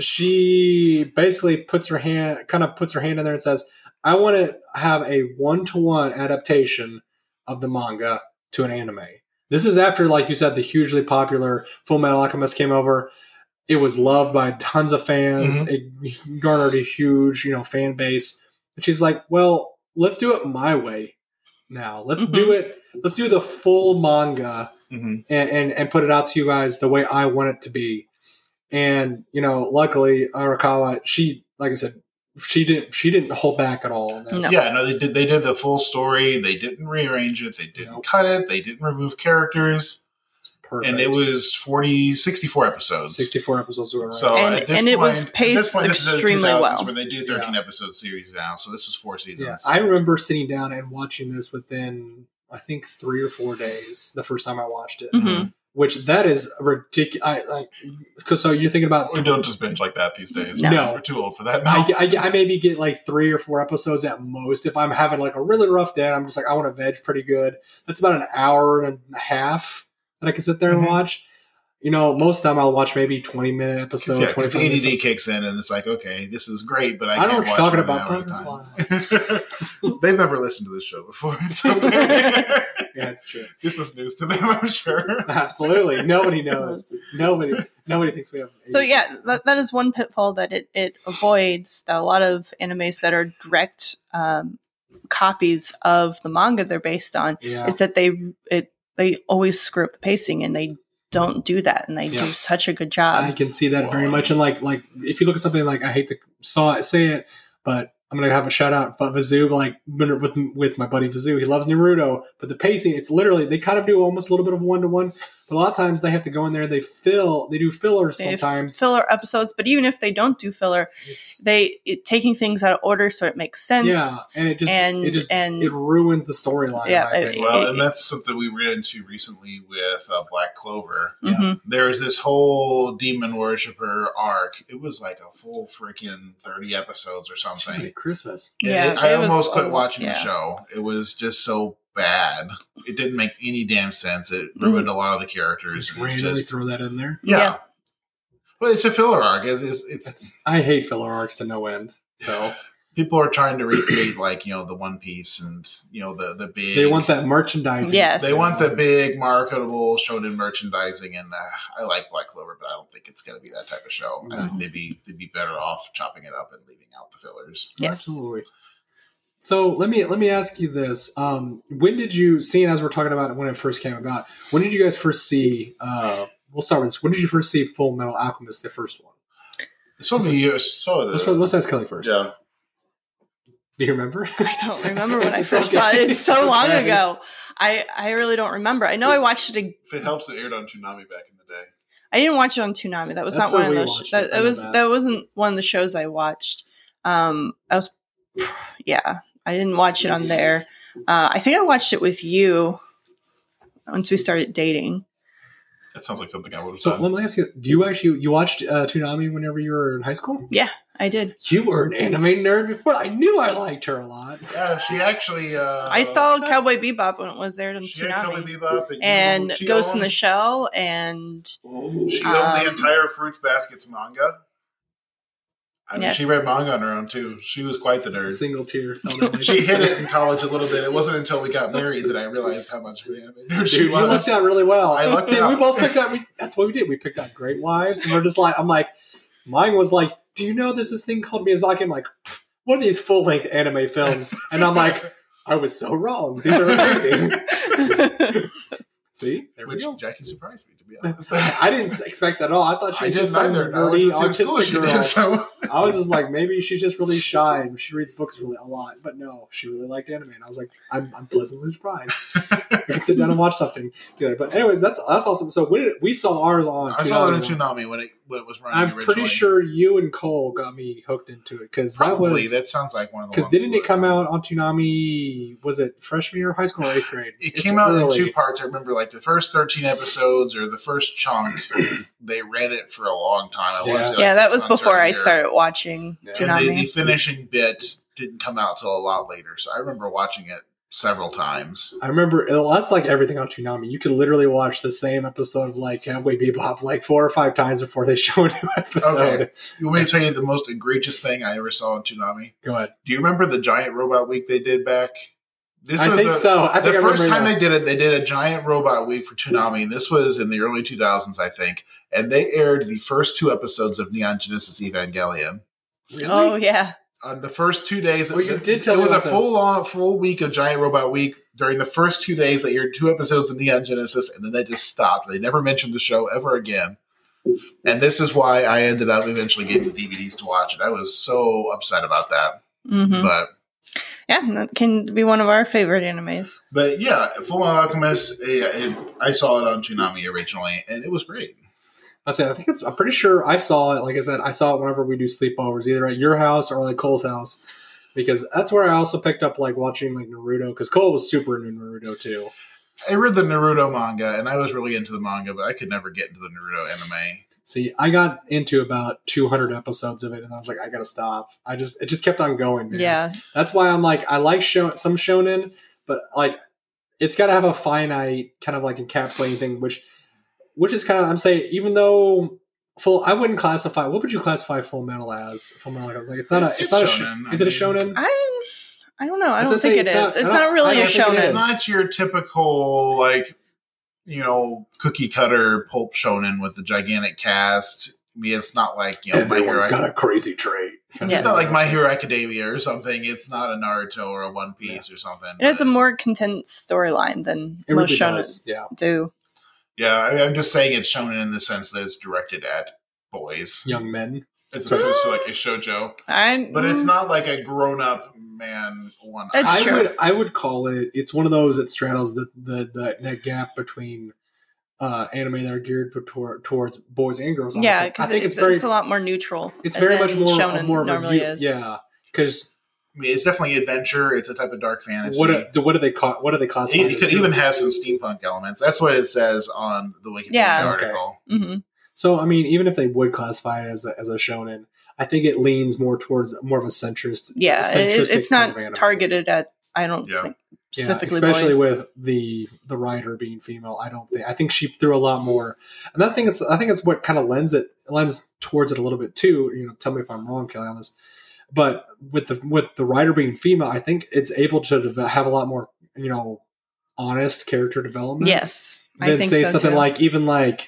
[SPEAKER 2] she basically puts her hand, kind of puts her hand in there and says, "I want to have a one-to-one adaptation of the manga to an anime." This is after, like you said, the hugely popular Full Metal Alchemist came over. It was loved by tons of fans. It garnered a huge, you know, fan base. And she's like, "Well, let's do it my way now. Let's do it. Let's do the full manga." and, and and put it out to you guys the way I want it to be. And you know, luckily Arakawa, she like I said, she didn't she didn't hold back at all.
[SPEAKER 4] No.
[SPEAKER 1] Yeah, no, they did. They did the full story. They didn't rearrange it. They didn't
[SPEAKER 2] Nope.
[SPEAKER 1] cut it. They didn't remove characters.
[SPEAKER 2] perfect.
[SPEAKER 1] And it was 40, 64 episodes.
[SPEAKER 2] 64 episodes or right.
[SPEAKER 1] So
[SPEAKER 4] And-
[SPEAKER 1] at this
[SPEAKER 4] and it was paced
[SPEAKER 1] this is the
[SPEAKER 4] extremely
[SPEAKER 1] 2000s
[SPEAKER 4] well.
[SPEAKER 1] When they do thirteen episode series now, so this was four
[SPEAKER 2] yeah,
[SPEAKER 1] seasons.
[SPEAKER 2] I remember sitting down and watching this within I think three or four days the first time I watched it,
[SPEAKER 4] Mhm.
[SPEAKER 2] which that is ridiculous. I like because so you're thinking about
[SPEAKER 5] We don't just binge like that these days.
[SPEAKER 2] No.
[SPEAKER 5] We're too old for that
[SPEAKER 2] I,
[SPEAKER 5] now.
[SPEAKER 2] get- I, get- I maybe get like three or four episodes at most. If I'm having like a really rough day, and I'm just like I want to veg pretty good. That's about an hour and a half that I can sit there
[SPEAKER 5] Mhm.
[SPEAKER 2] and
[SPEAKER 1] Mm-hmm.
[SPEAKER 2] watch. You know, most of the time I'll watch maybe 20 minute
[SPEAKER 1] So
[SPEAKER 2] episodes.
[SPEAKER 1] yeah, 'cause
[SPEAKER 2] 25
[SPEAKER 1] the E ADD
[SPEAKER 2] minute episodes.
[SPEAKER 1] kicks in, and it's like, okay, this is great, but I,
[SPEAKER 2] I, don't know
[SPEAKER 1] can't
[SPEAKER 2] what you're
[SPEAKER 1] watch it
[SPEAKER 2] talking about.
[SPEAKER 1] an hour at a
[SPEAKER 2] Butterfly.
[SPEAKER 1] time. They've never listened to this show before. It's okay.
[SPEAKER 2] yeah, it's true.
[SPEAKER 5] this is news to them, I'm sure.
[SPEAKER 2] Absolutely. Nobody knows. Nobody nobody thinks we have
[SPEAKER 4] So yeah, that, that is one pitfall that it, it avoids. That a lot of animes that are direct um, copies of the manga they're based on
[SPEAKER 2] Yeah.
[SPEAKER 4] is that they it they always screw up the pacing and they don't do that and they
[SPEAKER 2] Yeah.
[SPEAKER 4] do such a good
[SPEAKER 2] I
[SPEAKER 4] job.
[SPEAKER 2] can see that very much. And like, like if you look at something like I hate to saw it, say it, but I'm gonna have a shout out. But Vizu, like with with my buddy Vizu, he loves Naruto. But the pacing, it's literally they kind of do almost a little bit of one to one. But a lot of times they have to go in there. They fill. They do fillers
[SPEAKER 4] They have
[SPEAKER 2] sometimes.
[SPEAKER 4] filler episodes, but even if they don't do filler,
[SPEAKER 2] It's-
[SPEAKER 4] they it, taking things out of order so it makes sense.
[SPEAKER 2] yeah, and it just
[SPEAKER 4] and
[SPEAKER 2] it just
[SPEAKER 4] and
[SPEAKER 2] it ruins the storyline.
[SPEAKER 4] Yeah,
[SPEAKER 2] Yeah, I,
[SPEAKER 4] it-
[SPEAKER 2] think.
[SPEAKER 1] well, and that's something we ran into recently with uh, Black Clover.
[SPEAKER 2] yeah.
[SPEAKER 4] Mhm.
[SPEAKER 1] There was this whole demon worshiper arc. It was like a full freaking thirty episodes or
[SPEAKER 2] Should be
[SPEAKER 1] something.
[SPEAKER 2] Christmas.
[SPEAKER 1] Yeah,
[SPEAKER 4] Yeah,
[SPEAKER 1] I
[SPEAKER 4] it was
[SPEAKER 1] almost quit
[SPEAKER 4] a-
[SPEAKER 1] watching
[SPEAKER 4] yeah.
[SPEAKER 1] the show. It was just so bad. It didn't make any damn sense. It ruined a lot of the characters. and
[SPEAKER 2] Just
[SPEAKER 1] it was
[SPEAKER 2] randomly
[SPEAKER 1] just-
[SPEAKER 2] throw that in there.
[SPEAKER 1] yeah.
[SPEAKER 4] Yeah.
[SPEAKER 1] But it's a filler arc. It's, it's, it's
[SPEAKER 2] That's I hate filler arcs to no end. So
[SPEAKER 1] people are trying to recreate like you know the One Piece and you know the the big.
[SPEAKER 2] they want that merchandising.
[SPEAKER 4] Yes.
[SPEAKER 1] They want the big marketable shonen merchandising, and uh, I like Black Clover, but I don't think it's going to be that type of show. I
[SPEAKER 4] No.
[SPEAKER 1] think they'd be they'd be better off chopping it up and leaving out the fillers.
[SPEAKER 4] Yes.
[SPEAKER 2] Absolutely. So let me let me ask you this: um, When did you, seeing as we're talking about it when it first came about, when did you guys first see? Uh, we'll start with this. When did you first see Full Metal Alchemist, the first one?
[SPEAKER 1] It's only years.
[SPEAKER 5] So
[SPEAKER 2] Let's, let's ask Kelly first.
[SPEAKER 5] yeah.
[SPEAKER 2] Do you remember?
[SPEAKER 4] I don't remember when I
[SPEAKER 2] It's
[SPEAKER 4] first
[SPEAKER 2] okay.
[SPEAKER 4] saw it. It's so long
[SPEAKER 2] Okay.
[SPEAKER 4] ago. I I really don't remember. I know I watched it. ag-
[SPEAKER 5] If it helps, it aired on Toonami back in the day.
[SPEAKER 4] I didn't watch it on Toonami. That was
[SPEAKER 2] That's
[SPEAKER 4] not one
[SPEAKER 2] where
[SPEAKER 4] of
[SPEAKER 2] we
[SPEAKER 4] those.
[SPEAKER 2] watched it.
[SPEAKER 4] That,
[SPEAKER 2] I
[SPEAKER 4] that
[SPEAKER 2] know
[SPEAKER 4] was
[SPEAKER 2] that.
[SPEAKER 4] that wasn't one of the shows I watched. Um, I was, yeah, I didn't watch it on there. Uh, I think I watched it with you once we started dating.
[SPEAKER 5] That sounds like something I would have
[SPEAKER 2] So
[SPEAKER 5] done.
[SPEAKER 2] let me ask you: Do you actually you watched uh, Toonami whenever you were in high school?
[SPEAKER 4] I did.
[SPEAKER 2] You were an anime nerd before. I knew I liked her a lot.
[SPEAKER 1] Yeah, she actually. Uh,
[SPEAKER 2] Oh,
[SPEAKER 4] I saw Cowboy Bebop when it was aired on
[SPEAKER 1] she had Cowboy
[SPEAKER 4] Toonami,
[SPEAKER 1] Bebop and,
[SPEAKER 4] and
[SPEAKER 1] she
[SPEAKER 4] Ghost in
[SPEAKER 1] owned-
[SPEAKER 4] the Shell, and
[SPEAKER 1] She
[SPEAKER 4] Um,
[SPEAKER 1] owned the entire Fruits Baskets manga. I mean,
[SPEAKER 4] Yes.
[SPEAKER 1] she read manga on her own too. She was quite the nerd.
[SPEAKER 2] Single tear. fell down my
[SPEAKER 1] She
[SPEAKER 2] cheek.
[SPEAKER 1] hit it in college a little bit. It wasn't until we got married that I realized how much of an anime nerd
[SPEAKER 2] Dude,
[SPEAKER 1] she
[SPEAKER 2] you looked
[SPEAKER 1] was.
[SPEAKER 2] out really well.
[SPEAKER 1] I looked
[SPEAKER 2] See,
[SPEAKER 1] out.
[SPEAKER 2] we both picked up. We, that's what we did. We picked up great wives, and we're just like, I'm like, mine was like, do you know there's this thing called Miyazaki? I'm like, what are these full length anime films? And I'm like, I was so wrong. These are amazing. See, there we
[SPEAKER 1] Which
[SPEAKER 2] go.
[SPEAKER 1] Jackie surprised me, to be honest.
[SPEAKER 2] I didn't expect that at all. I thought she
[SPEAKER 1] I
[SPEAKER 2] was just
[SPEAKER 1] didn't
[SPEAKER 2] some
[SPEAKER 1] either. I went
[SPEAKER 2] nerdy
[SPEAKER 1] to the same school
[SPEAKER 2] autistic
[SPEAKER 1] she did,
[SPEAKER 2] girl.
[SPEAKER 1] so-
[SPEAKER 2] I was just like, maybe she's just really shy and she reads books really a lot. But no, she really liked anime, and I was like, I'm, I'm pleasantly surprised. we could sit down and watch something together. But anyways, that's that's awesome. So when did, we saw ours on,
[SPEAKER 1] I saw it on
[SPEAKER 2] Toonami.
[SPEAKER 1] Toonami when it when it was running.
[SPEAKER 2] I'm
[SPEAKER 1] originally.
[SPEAKER 2] pretty sure you and Cole got me hooked into it because that
[SPEAKER 1] Probably
[SPEAKER 2] was
[SPEAKER 1] that sounds like one of the.
[SPEAKER 2] because
[SPEAKER 1] ones
[SPEAKER 2] didn't
[SPEAKER 1] we
[SPEAKER 2] it come
[SPEAKER 1] were-
[SPEAKER 2] out on Toonami? Was it freshman year of high school or eighth grade?
[SPEAKER 1] It
[SPEAKER 2] It's
[SPEAKER 1] came out
[SPEAKER 2] early.
[SPEAKER 1] in two parts. I remember like the first 13 episodes or the first chunk. they ran it for a long time. I wanna
[SPEAKER 2] Yeah.
[SPEAKER 1] say, like,
[SPEAKER 4] yeah, that
[SPEAKER 1] six
[SPEAKER 4] was
[SPEAKER 1] months or a
[SPEAKER 4] before I
[SPEAKER 1] year.
[SPEAKER 4] started watching
[SPEAKER 2] Yeah.
[SPEAKER 1] And the,
[SPEAKER 4] Toonami.
[SPEAKER 1] the finishing bit didn't come out till a lot later. So I remember watching it several times.
[SPEAKER 2] I remember well, that's like everything on Toonami. You could literally watch the same episode of like Cowboy Bebop like four or five times before they show a new episode.
[SPEAKER 1] You want me to tell you the most egregious thing I ever saw on Toonami?
[SPEAKER 2] Go ahead.
[SPEAKER 1] Do you remember the giant robot week they did back? This
[SPEAKER 2] I
[SPEAKER 1] was
[SPEAKER 2] think
[SPEAKER 1] the,
[SPEAKER 2] so. I think
[SPEAKER 1] the
[SPEAKER 2] I
[SPEAKER 1] first
[SPEAKER 2] remember
[SPEAKER 1] time
[SPEAKER 2] that.
[SPEAKER 1] they did it, they did a giant robot week for Toonami, and this was in the early 2000s, I think. And they aired the first two episodes of Neon Genesis Evangelion.
[SPEAKER 4] Oh yeah,
[SPEAKER 1] On uh, the first two days,
[SPEAKER 2] Oh, you did tell
[SPEAKER 1] it
[SPEAKER 2] me
[SPEAKER 1] was a
[SPEAKER 2] about this.
[SPEAKER 1] full on full week of Giant Robot Week. During the first two days, they aired two episodes of Neon Genesis, and then they just stopped. They never mentioned the show ever again. And this is why I ended up eventually getting the DVDs to watch it. I was so upset about that.
[SPEAKER 4] hmm
[SPEAKER 1] But
[SPEAKER 4] Yeah, and that can be one of our favorite animes.
[SPEAKER 1] but yeah, Full Metal Alchemist, eh, eh, I saw it on Toonami originally, and it was great.
[SPEAKER 2] I said, I think it's. I'm pretty sure I saw it. Like I said, I saw it whenever we do sleepovers, either at your house or like Cole's house, because that's where I also picked up like watching like Naruto, because Cole was super into Naruto too.
[SPEAKER 1] I read the Naruto manga, and I was really into the manga, but I could never get into the Naruto anime.
[SPEAKER 2] See, I got into about 200 episodes of it, and I was like, I gotta stop. I just it just kept on going. man.
[SPEAKER 4] Yeah,
[SPEAKER 2] that's why I'm like I like show some shonen, but like it's gotta have a finite kind of like encapsulating thing, which which is kind of I'm saying even though full I wouldn't classify what would you classify Full Metal as Full Metal like, like it's not a
[SPEAKER 1] It's-
[SPEAKER 2] it's, not
[SPEAKER 1] it's
[SPEAKER 2] a
[SPEAKER 1] shonen,
[SPEAKER 2] shonen.
[SPEAKER 1] I
[SPEAKER 2] is it a
[SPEAKER 1] mean-
[SPEAKER 2] shonen?
[SPEAKER 4] I I don't know. I
[SPEAKER 2] was
[SPEAKER 4] don't
[SPEAKER 2] gonna say,
[SPEAKER 4] think it
[SPEAKER 2] it's not-
[SPEAKER 4] is.
[SPEAKER 2] I
[SPEAKER 4] It's
[SPEAKER 2] don't-
[SPEAKER 4] not really
[SPEAKER 2] I
[SPEAKER 4] a
[SPEAKER 2] don't think it
[SPEAKER 1] It's
[SPEAKER 2] is.
[SPEAKER 4] shonen.
[SPEAKER 1] not your typical like you know cookie cutter pulp shonen with the gigantic cast. I mean, it's not like you know my hero.
[SPEAKER 2] a crazy trait.
[SPEAKER 1] It's
[SPEAKER 4] Yes.
[SPEAKER 1] not like My Hero Academia or something. It's not a Naruto or a One Piece or something.
[SPEAKER 4] It has a more contense storyline than
[SPEAKER 2] It really
[SPEAKER 4] most shonen
[SPEAKER 2] does, yeah.
[SPEAKER 4] do.
[SPEAKER 1] yeah, I, I'm just saying it's shonen in the sense that it's directed at boys
[SPEAKER 2] young men.
[SPEAKER 5] As opposed to like a shojo.
[SPEAKER 4] I
[SPEAKER 1] but it's not like a grown up man one.
[SPEAKER 4] Mm. That's
[SPEAKER 2] I
[SPEAKER 4] true.
[SPEAKER 2] would I would call it it's one of those that straddles the the, the that gap between uh, anime that are geared toward, towards boys and girls. Honestly.
[SPEAKER 4] mm, Yeah, because
[SPEAKER 2] I think
[SPEAKER 4] it's, it's,
[SPEAKER 2] very
[SPEAKER 4] a lot more neutral.
[SPEAKER 2] it's very
[SPEAKER 4] than
[SPEAKER 2] much more uh,
[SPEAKER 4] shonen
[SPEAKER 2] more of a
[SPEAKER 4] normally
[SPEAKER 2] you-
[SPEAKER 4] is.
[SPEAKER 2] Yeah, because
[SPEAKER 1] I mean, it's definitely adventure. It's a type of dark fantasy.
[SPEAKER 2] what do- what do they call what do they classify?
[SPEAKER 1] it, it
[SPEAKER 2] as?
[SPEAKER 1] could even have some steampunk elements. That's what it says on the Wikipedia
[SPEAKER 4] Yeah.
[SPEAKER 2] Okay.
[SPEAKER 1] article.
[SPEAKER 4] hmm
[SPEAKER 2] so. I mean, even if they would classify it as a, as a shonen, I think it leans more towards more of a centrist.
[SPEAKER 4] Yeah, it-
[SPEAKER 2] centristic
[SPEAKER 4] it's
[SPEAKER 2] kind
[SPEAKER 4] not
[SPEAKER 2] of anime.
[SPEAKER 4] targeted at. I don't
[SPEAKER 1] Yeah.
[SPEAKER 4] think
[SPEAKER 2] Yeah,
[SPEAKER 4] specifically
[SPEAKER 2] especially
[SPEAKER 4] boys.
[SPEAKER 2] with the the writer being female. I don't think I think she threw a lot more, and that thing is I think it's what kind of lends it lends towards it a little bit too. You know, tell me if I'm wrong, Kelly, on this. But with the with the writer being female, I think it's able to deve- have a lot more you know honest character development.
[SPEAKER 4] yes, I
[SPEAKER 2] than
[SPEAKER 4] think
[SPEAKER 2] say
[SPEAKER 4] so
[SPEAKER 2] something
[SPEAKER 4] too.
[SPEAKER 2] like even like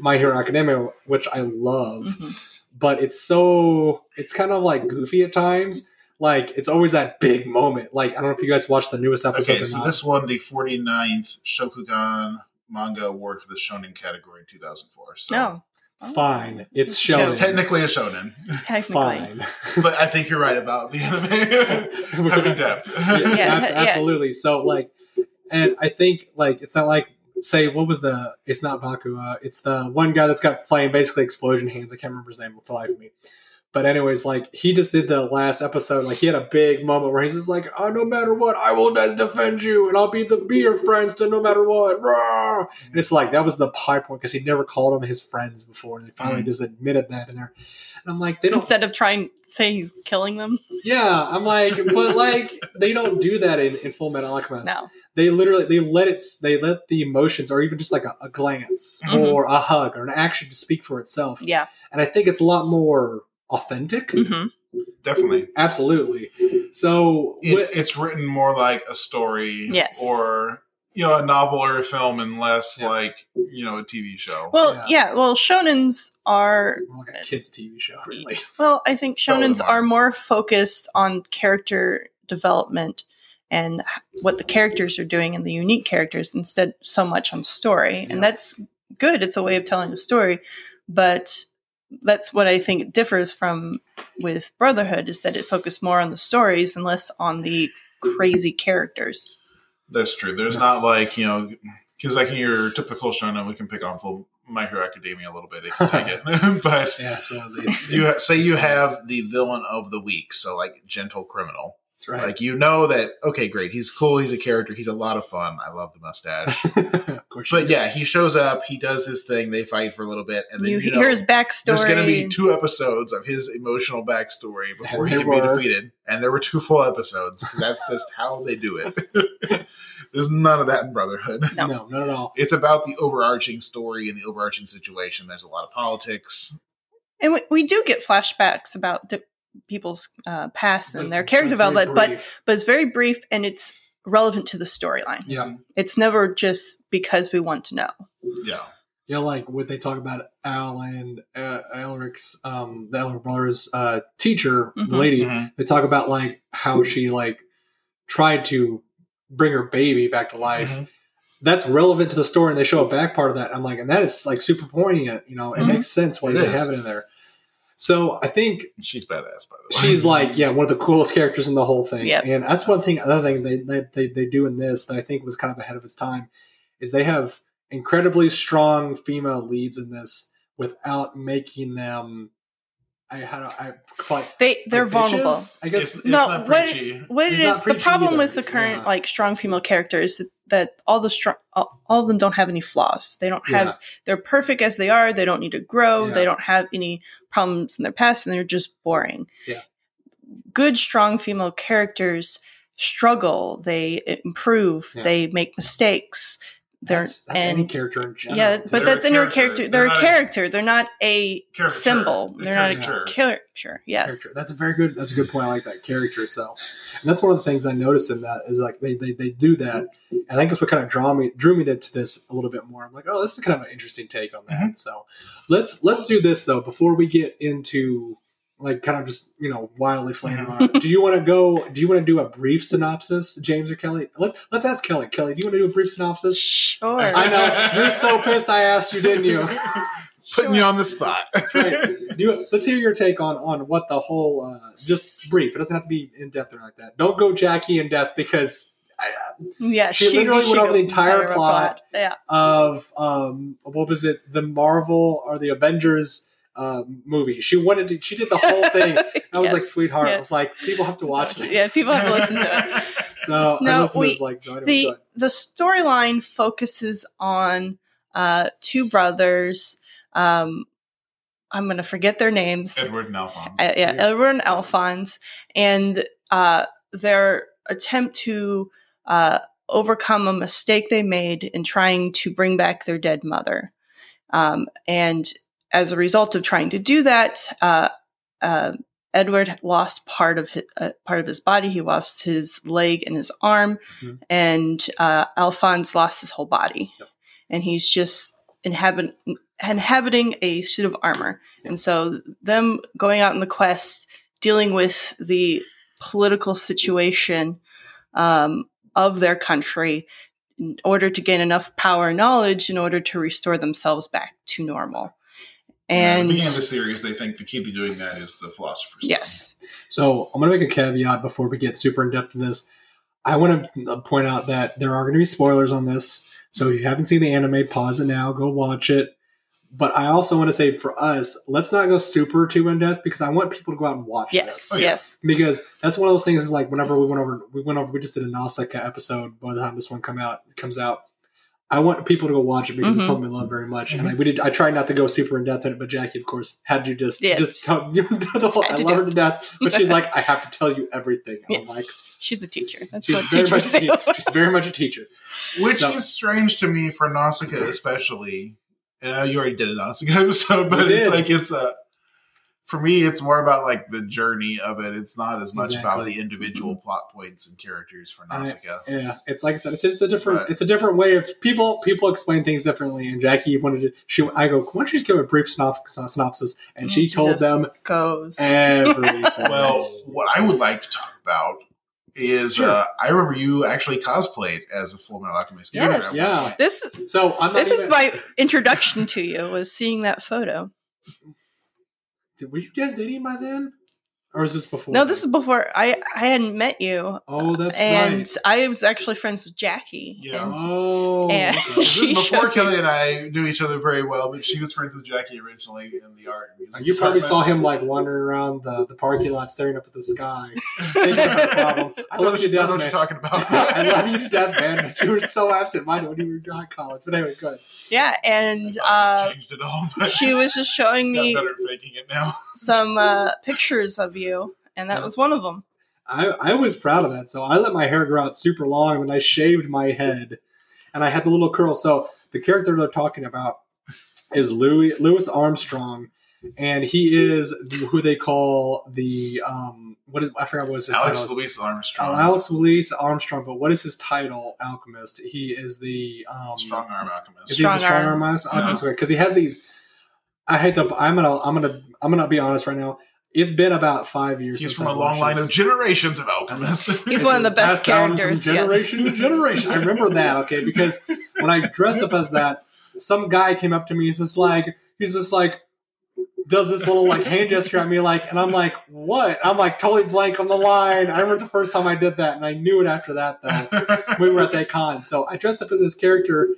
[SPEAKER 2] My Hero Academia, which I love
[SPEAKER 4] Mhm.
[SPEAKER 2] but it's so it's kind of like goofy at times. Like it's always that big moment. Like I don't know if you guys watched the newest episode
[SPEAKER 1] Okay,
[SPEAKER 2] or
[SPEAKER 1] so
[SPEAKER 2] not.
[SPEAKER 1] this won the 49th Shokugan Manga Award for the Shonen category in 2004. So
[SPEAKER 4] no,
[SPEAKER 2] Fine, it's
[SPEAKER 4] Shonen.
[SPEAKER 2] shown.
[SPEAKER 1] It's technically a shonen,
[SPEAKER 4] technically,
[SPEAKER 2] fine.
[SPEAKER 1] but I think you're right about the anime having depth.
[SPEAKER 2] yeah,
[SPEAKER 4] Yeah,
[SPEAKER 2] abs-
[SPEAKER 4] yeah.
[SPEAKER 2] absolutely. So like, and I think like it's not like say what was the? It's not Bakua. It's the one guy that's got flame, basically explosion hands. I can't remember his name for the life of me. But anyways, like he just did the last episode. Like he had a big moment where he's just like, oh, no matter what, I will just defend you, and I'll be the be your friends to no matter what. Rawr!" And it's like that was the high point because he never called them his friends before, and they finally just admitted that in there. And I'm like, they don't
[SPEAKER 4] instead of trying to say he's killing them,
[SPEAKER 2] yeah, I'm like, but like they don't do that in, in Full Metal Alchemist.
[SPEAKER 4] no,
[SPEAKER 2] They literally they let it they let the emotions or even just like a, a glance
[SPEAKER 4] Mhm.
[SPEAKER 2] or a hug or an action to speak for itself.
[SPEAKER 4] yeah,
[SPEAKER 2] And I think it's a lot more authentic.
[SPEAKER 4] hmm
[SPEAKER 1] Definitely.
[SPEAKER 2] Absolutely. So
[SPEAKER 1] It,
[SPEAKER 2] with-
[SPEAKER 1] it's written more like a story
[SPEAKER 4] Yes.
[SPEAKER 1] or you know, a novel or a film and less
[SPEAKER 2] Yeah.
[SPEAKER 1] like, you know, a TV show.
[SPEAKER 4] Well, yeah. well, shonens are
[SPEAKER 2] we're like a kids TV show, really.
[SPEAKER 4] well, I think
[SPEAKER 1] Some of them
[SPEAKER 4] shonens
[SPEAKER 1] are.
[SPEAKER 4] are more focused on character development and h- what the characters are doing and the unique characters instead so much on story.
[SPEAKER 2] Yeah.
[SPEAKER 4] And that's good. It's a way of telling a story, but that's what I think differs from with Brotherhood is that it focused more on the stories and less on the crazy characters.
[SPEAKER 1] That's true. There's not like, you know, because like in your typical shonen, we can pick on full My Hero Academia a little bit if you take it. but
[SPEAKER 2] Yeah, absolutely. It's,
[SPEAKER 1] you
[SPEAKER 2] it's-
[SPEAKER 1] ha- say you have the villain of the week, so like gentle criminal.
[SPEAKER 2] it's right.
[SPEAKER 1] Like you know that okay, great. He's cool. He's a character. He's a lot of fun. I love the mustache.
[SPEAKER 2] of course you
[SPEAKER 1] but yeah, he shows up. He does his thing. They fight for a little bit, and then
[SPEAKER 4] you
[SPEAKER 1] you,
[SPEAKER 4] hear
[SPEAKER 1] know,
[SPEAKER 4] his backstory.
[SPEAKER 1] there's going to be two episodes of his emotional backstory before he
[SPEAKER 2] there
[SPEAKER 1] can be
[SPEAKER 2] were.
[SPEAKER 1] defeated. And there were two full episodes. That's just how they do it. there's none of that in Brotherhood.
[SPEAKER 4] No.
[SPEAKER 2] no, not at all.
[SPEAKER 1] It's about the overarching story and the overarching situation. There's a lot of politics.
[SPEAKER 4] and we, we do get flashbacks about di- people's uh, past and
[SPEAKER 2] But-
[SPEAKER 4] their
[SPEAKER 2] but
[SPEAKER 4] character
[SPEAKER 2] it's very
[SPEAKER 4] development, but
[SPEAKER 2] brief.
[SPEAKER 4] but it's very brief and it's relevant to the storyline.
[SPEAKER 2] yeah.
[SPEAKER 1] Mm-hmm.
[SPEAKER 4] It's never just because we want to know.
[SPEAKER 1] Yeah.
[SPEAKER 2] you know, like what they talk about Al and uh, Elric's, um, the Elric brother's uh, teacher,
[SPEAKER 4] Mhm.
[SPEAKER 2] the lady.
[SPEAKER 1] Mhm.
[SPEAKER 2] They talk about
[SPEAKER 1] Hmm. Mm-hmm.
[SPEAKER 2] like how she like tried to bring her baby back to life, that's relevant to the story, and they show a back part of that. I'm like, and that is like super poignant. You know, it
[SPEAKER 4] Mhm.
[SPEAKER 2] makes sense why
[SPEAKER 1] Mm-hmm. It
[SPEAKER 2] they
[SPEAKER 1] is.
[SPEAKER 2] have it in there. So I think
[SPEAKER 1] She's badass, by the
[SPEAKER 2] she's like yeah one of the coolest characters in the whole thing
[SPEAKER 4] Yep.
[SPEAKER 2] and that's one thing another thing they, they, they, they do in this that i think was kind of ahead of its time is they have incredibly strong female leads in this without making them i had a, I quite
[SPEAKER 4] They they're vulnerable.
[SPEAKER 2] i
[SPEAKER 5] It's,
[SPEAKER 2] guess
[SPEAKER 5] it's
[SPEAKER 4] No,
[SPEAKER 5] not
[SPEAKER 4] what-
[SPEAKER 5] preachy.
[SPEAKER 4] What it
[SPEAKER 2] It's not
[SPEAKER 4] is the
[SPEAKER 2] preachy
[SPEAKER 4] problem
[SPEAKER 2] either.
[SPEAKER 4] with the current
[SPEAKER 2] Yeah.
[SPEAKER 4] like strong female characters that, that all the strong all, all of them don't have any flaws. They don't have
[SPEAKER 2] Yeah.
[SPEAKER 4] they're perfect as they are. They don't need to grow.
[SPEAKER 2] Yeah.
[SPEAKER 4] They don't have any problems in their past, and they're just boring.
[SPEAKER 2] Yeah.
[SPEAKER 4] Good strong female characters struggle. They eh, improve.
[SPEAKER 2] Yeah.
[SPEAKER 4] They make mistakes. They're
[SPEAKER 2] that's, that's
[SPEAKER 4] and
[SPEAKER 2] any character in general
[SPEAKER 4] yeah,
[SPEAKER 2] dude.
[SPEAKER 4] but
[SPEAKER 5] They're
[SPEAKER 4] that's
[SPEAKER 5] a
[SPEAKER 4] in your
[SPEAKER 5] character. They're
[SPEAKER 4] character. They're,
[SPEAKER 5] not a-
[SPEAKER 4] a character. They're not a
[SPEAKER 5] Caricature.
[SPEAKER 4] symbol.
[SPEAKER 5] A
[SPEAKER 4] They're not a
[SPEAKER 5] caricature.
[SPEAKER 4] character. Yes.
[SPEAKER 2] character. That's a very good. That's a good point. I like that character. So, and that's one of the things I noticed in that is like they they, they do that. And I think that's what kind of draw me drew me to, to this a little bit more. I'm like, oh, this is kind of an interesting take on that. So, let's let's do this though before we get into like kind of just you know wildly flaming around. do you want to go? Do you want to do a brief synopsis, James or Kelly? Let Let's ask Kelly. Kelly, do you want to do a brief synopsis?
[SPEAKER 4] Sure.
[SPEAKER 2] I know you're so pissed. I asked you, didn't you?
[SPEAKER 1] Putting you on the spot.
[SPEAKER 2] That's right. Do, let's hear your take on on what the whole uh, just brief. It doesn't have to be in depth or like that. Don't go Jackie in depth because
[SPEAKER 4] Yeah,
[SPEAKER 2] She literally went over the
[SPEAKER 4] goes
[SPEAKER 2] entire plot.
[SPEAKER 4] Yeah,
[SPEAKER 2] of um, what was it? The Marvel or the Avengers uh, movie. She wanted to. She did the whole thing. I was like,
[SPEAKER 4] Yes,
[SPEAKER 2] sweetheart. I
[SPEAKER 4] yes.
[SPEAKER 2] was like, people have to watch this.
[SPEAKER 4] Yeah, people have to listen to it.
[SPEAKER 2] So
[SPEAKER 4] No,
[SPEAKER 2] I listened to
[SPEAKER 4] we-
[SPEAKER 2] this like no, I don't
[SPEAKER 4] the
[SPEAKER 2] enjoy it.
[SPEAKER 4] The storyline focuses on uh, two brothers. Um, I'm going to forget their names.
[SPEAKER 5] Edward and Alphonse.
[SPEAKER 4] Uh, yeah,
[SPEAKER 2] Yeah.
[SPEAKER 4] Edward and Alphonse, and uh, their attempt to uh, overcome a mistake they made in trying to bring back their dead mother. Um, and as a result of trying to do that, uh, uh, Edward lost part of his, uh, part of his body. He lost his leg and his arm,
[SPEAKER 2] Mhm.
[SPEAKER 4] and uh, Alphonse lost his whole body,
[SPEAKER 2] Yep.
[SPEAKER 4] and he's just inhabit- inhabiting a suit of armor. And so them going out in the quest, dealing with the political situation um, of their country in order to gain enough power and knowledge in order to restore themselves back to normal.
[SPEAKER 5] At the
[SPEAKER 4] And
[SPEAKER 5] beginning of the series, they think the key to doing that is the philosopher's. Stone.
[SPEAKER 4] yes,
[SPEAKER 2] So I'm gonna make a caveat before we get super in depth in this. I want to point out that there are going to be spoilers on this. So if you haven't seen the anime, pause it now, go watch it. But I also want to say for us, let's not go super too in depth because I want people to go out and watch.
[SPEAKER 4] yes,
[SPEAKER 2] this.
[SPEAKER 5] yeah.
[SPEAKER 4] yes.
[SPEAKER 2] Because that's one of those things. Is like whenever we went over, we went over. We just did a Nausicaa episode. By the time this one come out comes out, I want people to go watch it because it's
[SPEAKER 4] Mhm.
[SPEAKER 2] something we love very much. And I, we did. I tried not to go super in depth in it, but Jackie, of course, had to just
[SPEAKER 4] Yes.
[SPEAKER 2] just tell you the whole,
[SPEAKER 4] Had
[SPEAKER 2] I
[SPEAKER 4] to
[SPEAKER 2] love
[SPEAKER 4] do
[SPEAKER 2] her to death, but she's like, I have to tell you everything. And
[SPEAKER 4] Yes.
[SPEAKER 2] I'm like,
[SPEAKER 4] She's a teacher. That's
[SPEAKER 2] she's
[SPEAKER 4] what
[SPEAKER 2] very, much
[SPEAKER 4] teachers
[SPEAKER 2] a
[SPEAKER 4] do.
[SPEAKER 2] teacher. she's very much a teacher.
[SPEAKER 5] Which
[SPEAKER 2] So-
[SPEAKER 5] is strange to me for Nausicaa, especially. Uh, you already did a Nausicaa episode, but
[SPEAKER 2] We
[SPEAKER 5] it's
[SPEAKER 2] did.
[SPEAKER 5] like it's a. For me, it's more about like the journey of it. It's not as much about
[SPEAKER 2] Exactly.
[SPEAKER 5] the individual plot points and characters for
[SPEAKER 2] I-
[SPEAKER 5] Nausicaa.
[SPEAKER 2] Yeah, it's like I said, it's just a different,
[SPEAKER 5] Right.
[SPEAKER 2] it's a different way of people. People explain things differently, and Jackie wanted to. She, I go, why don't you just give a brief synop- synopsis? And
[SPEAKER 4] Oh,
[SPEAKER 2] she told
[SPEAKER 4] Jesus.
[SPEAKER 2] them
[SPEAKER 4] Goes.
[SPEAKER 2] everything.
[SPEAKER 5] well, what I would like to talk about is uh, I remember you actually cosplayed as a Full Metal Alchemist character.
[SPEAKER 4] Yes.
[SPEAKER 2] yeah.
[SPEAKER 4] This
[SPEAKER 2] So I'm not
[SPEAKER 4] this is
[SPEAKER 2] even-
[SPEAKER 4] my introduction to you was seeing that photo.
[SPEAKER 2] Did- Were you guys dating by then, or is this before?
[SPEAKER 4] No, this is before I I hadn't met you,
[SPEAKER 2] Oh, that's
[SPEAKER 4] and
[SPEAKER 2] right.
[SPEAKER 4] I was actually friends with Jackie.
[SPEAKER 5] Yeah.
[SPEAKER 4] and
[SPEAKER 2] Oh,
[SPEAKER 4] and
[SPEAKER 2] okay.
[SPEAKER 5] This
[SPEAKER 4] she
[SPEAKER 5] is before
[SPEAKER 4] showed me-
[SPEAKER 5] Kelly and I knew each other very well, but she was friends with Jackie originally in the art. and music
[SPEAKER 2] you probably saw
[SPEAKER 5] department.
[SPEAKER 2] him like wandering around the, the parking lot, staring up at the sky. Thinking about the problem. I,
[SPEAKER 5] I,
[SPEAKER 2] love
[SPEAKER 5] don't
[SPEAKER 2] you to
[SPEAKER 5] know
[SPEAKER 2] death,
[SPEAKER 5] what you're
[SPEAKER 2] man.
[SPEAKER 5] talking about.
[SPEAKER 2] I love you to death, man. But you were so absent-minded when you were in college. But anyways, go ahead.
[SPEAKER 4] Yeah, and uh,
[SPEAKER 5] changed it all. But
[SPEAKER 4] she was just showing
[SPEAKER 5] she's got
[SPEAKER 4] me
[SPEAKER 5] better at faking it now.
[SPEAKER 4] some uh, pictures of you, and that
[SPEAKER 2] Yeah.
[SPEAKER 4] was one of them.
[SPEAKER 2] I, I was proud of that. So I let my hair grow out super long and then I shaved my head and I had the little curl. So the character they're talking about is Louis Louis Armstrong, and he is the, who they call the um what is I forgot what was his
[SPEAKER 5] Alex
[SPEAKER 2] title.
[SPEAKER 5] Louise Armstrong,
[SPEAKER 2] Oh, Alex Louis Armstrong, but what is his title? Alchemist. He is the um
[SPEAKER 5] strong arm
[SPEAKER 2] is
[SPEAKER 5] alchemist.
[SPEAKER 2] he the
[SPEAKER 4] Strong
[SPEAKER 2] strong
[SPEAKER 4] arm.
[SPEAKER 1] Uh-huh.
[SPEAKER 2] arm, arm because he has these. I hate to. I'm gonna. I'm gonna. I'm gonna be honest right now. It's been about five years.
[SPEAKER 1] He's
[SPEAKER 2] since
[SPEAKER 1] from a
[SPEAKER 2] I've
[SPEAKER 1] long
[SPEAKER 2] watched
[SPEAKER 1] line
[SPEAKER 2] this.
[SPEAKER 1] of generations of alchemists.
[SPEAKER 4] He's one of the
[SPEAKER 2] passed
[SPEAKER 4] best
[SPEAKER 2] down
[SPEAKER 4] characters.
[SPEAKER 2] From
[SPEAKER 4] Yes.
[SPEAKER 2] generation to generation. I remember that, okay, because when I dressed up as that, some guy came up to me, he's just like, he's just like, does this little like hand gesture at me, like, and I'm like, what? I'm like totally blank on the line. I remember the first time I did that, and I knew it after that though. We were at that con, so I dressed up as this character,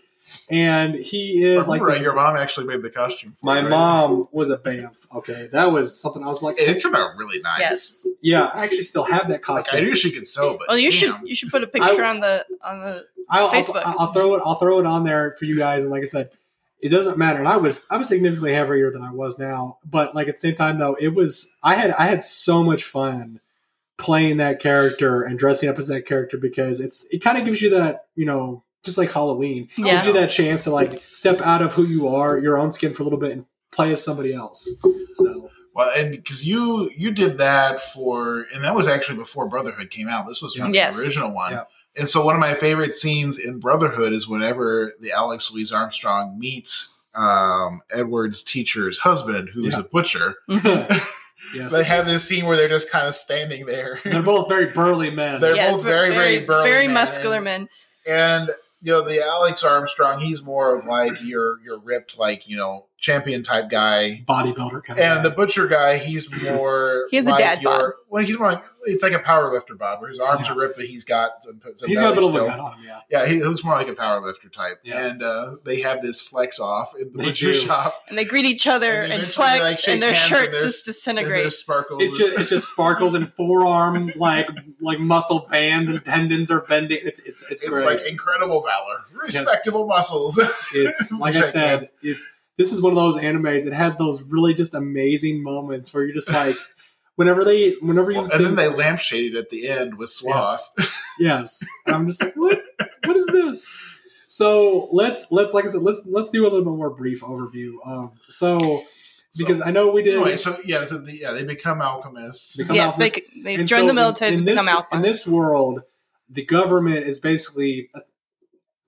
[SPEAKER 2] and he
[SPEAKER 1] I
[SPEAKER 2] is
[SPEAKER 1] remember
[SPEAKER 2] like
[SPEAKER 1] right,
[SPEAKER 2] this-
[SPEAKER 1] your mom actually made the costume. For
[SPEAKER 2] my
[SPEAKER 1] it, right?
[SPEAKER 2] mom was a BAMF. Okay, that was something I was like,
[SPEAKER 1] It turned out really nice.
[SPEAKER 4] Yes.
[SPEAKER 2] yeah, I actually still have that
[SPEAKER 1] Like,
[SPEAKER 2] costume.
[SPEAKER 1] I knew she could sew, but
[SPEAKER 4] Well, you should
[SPEAKER 1] damn.
[SPEAKER 4] you should put a picture
[SPEAKER 2] I-
[SPEAKER 4] on the on the
[SPEAKER 2] I'll, I'll-
[SPEAKER 4] Facebook.
[SPEAKER 2] I'll, throw it. I'll throw it on there for you guys. And like I said, it doesn't matter. And I was I was significantly heavier than I was now. But like at the same time though, it was I had I had so much fun playing that character and dressing up as that character because it's it kind of gives you that you know just like Halloween gives
[SPEAKER 4] yeah.
[SPEAKER 2] you that chance to like step out of who you are, your own skin for a little bit, and play as somebody else. So
[SPEAKER 1] Well, and because you you did that for, and that was actually before Brotherhood came out. This was from
[SPEAKER 4] Yes.
[SPEAKER 1] the original one.
[SPEAKER 2] Yeah.
[SPEAKER 1] And so one of my favorite scenes in Brotherhood is whenever the Alex Louise Armstrong meets um, Edward's teacher's husband, who's
[SPEAKER 2] Yeah.
[SPEAKER 1] a butcher.
[SPEAKER 2] yes,
[SPEAKER 1] They have this scene where they're just kind of standing there.
[SPEAKER 2] they're both very burly men.
[SPEAKER 1] They're both very, very burly
[SPEAKER 4] very
[SPEAKER 1] men.
[SPEAKER 4] muscular men.
[SPEAKER 1] and you know the Alex Armstrong, he's more of like your your ripped like you know champion type guy,
[SPEAKER 2] bodybuilder kind
[SPEAKER 1] and
[SPEAKER 2] of.
[SPEAKER 1] the butcher guy, he's more
[SPEAKER 4] He has a
[SPEAKER 1] like
[SPEAKER 4] dad bod.
[SPEAKER 1] Well, he's more like it's like a power lifter bod, where his arms are ripped, but he's got some, some
[SPEAKER 2] he's got a
[SPEAKER 1] belly
[SPEAKER 2] bit
[SPEAKER 1] still.
[SPEAKER 2] of a gut on him. Yeah,
[SPEAKER 1] Yeah, he looks more like a power lifter type,
[SPEAKER 2] Yeah.
[SPEAKER 1] and uh, they have this flex off in the
[SPEAKER 2] They
[SPEAKER 1] butcher
[SPEAKER 2] do.
[SPEAKER 1] shop.
[SPEAKER 4] And they greet each other
[SPEAKER 1] And
[SPEAKER 4] and,
[SPEAKER 1] they eventually,
[SPEAKER 4] flex,
[SPEAKER 1] like, shake
[SPEAKER 4] and their
[SPEAKER 1] hands and
[SPEAKER 4] shirts
[SPEAKER 1] there's-
[SPEAKER 4] just
[SPEAKER 1] And there's
[SPEAKER 4] disintegrate.
[SPEAKER 1] sparkles.
[SPEAKER 2] It's just, it's just sparkles and forearm like like muscle bands and tendons are bending. It's it's it's,
[SPEAKER 1] it's
[SPEAKER 2] great.
[SPEAKER 1] like incredible valor, respectable muscles.
[SPEAKER 2] it's like I
[SPEAKER 1] Check
[SPEAKER 2] said. It's this is one of those animes. It has those really just amazing moments where you're just like, whenever they whenever you
[SPEAKER 1] Well,
[SPEAKER 2] think-
[SPEAKER 1] and then they lampshaded at the end with sloth.
[SPEAKER 2] yes, and I'm just like, what what is this? So let's let's like I said, let's let's do a little bit more brief overview. Um, so
[SPEAKER 1] So-
[SPEAKER 2] because I know we did
[SPEAKER 1] Anyway, so yeah, so the, yeah, they become alchemists.
[SPEAKER 2] Become
[SPEAKER 4] Yes, they
[SPEAKER 2] alchemists.
[SPEAKER 4] c- they
[SPEAKER 2] And
[SPEAKER 4] join
[SPEAKER 2] so
[SPEAKER 4] the military
[SPEAKER 2] in,
[SPEAKER 4] to
[SPEAKER 2] in this,
[SPEAKER 4] become alphas.
[SPEAKER 2] In this world, the government is basically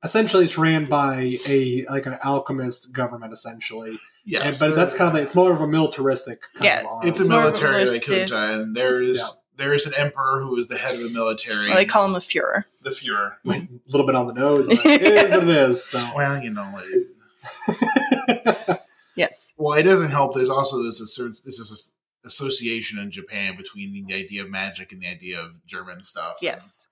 [SPEAKER 2] essentially it's ran by a like an alchemist government essentially.
[SPEAKER 1] Yes,
[SPEAKER 2] and, but that's
[SPEAKER 1] they're-
[SPEAKER 2] kind of like, it's more of a militaristic kind
[SPEAKER 4] Yeah,
[SPEAKER 2] of arm.
[SPEAKER 1] it's a
[SPEAKER 4] It's more
[SPEAKER 1] military like
[SPEAKER 4] realistic.
[SPEAKER 1] junta, and there is there is an emperor who is the head of the military.
[SPEAKER 4] Well, they call him a Fuhrer.
[SPEAKER 1] the Fuhrer.
[SPEAKER 2] a little bit on the nose. but it is what it is. So
[SPEAKER 1] Well, you know, it,
[SPEAKER 4] Yes.
[SPEAKER 1] well, it doesn't help. There's also this asser- this is association in Japan between the, idea of magic and the idea of German stuff.
[SPEAKER 4] Yes.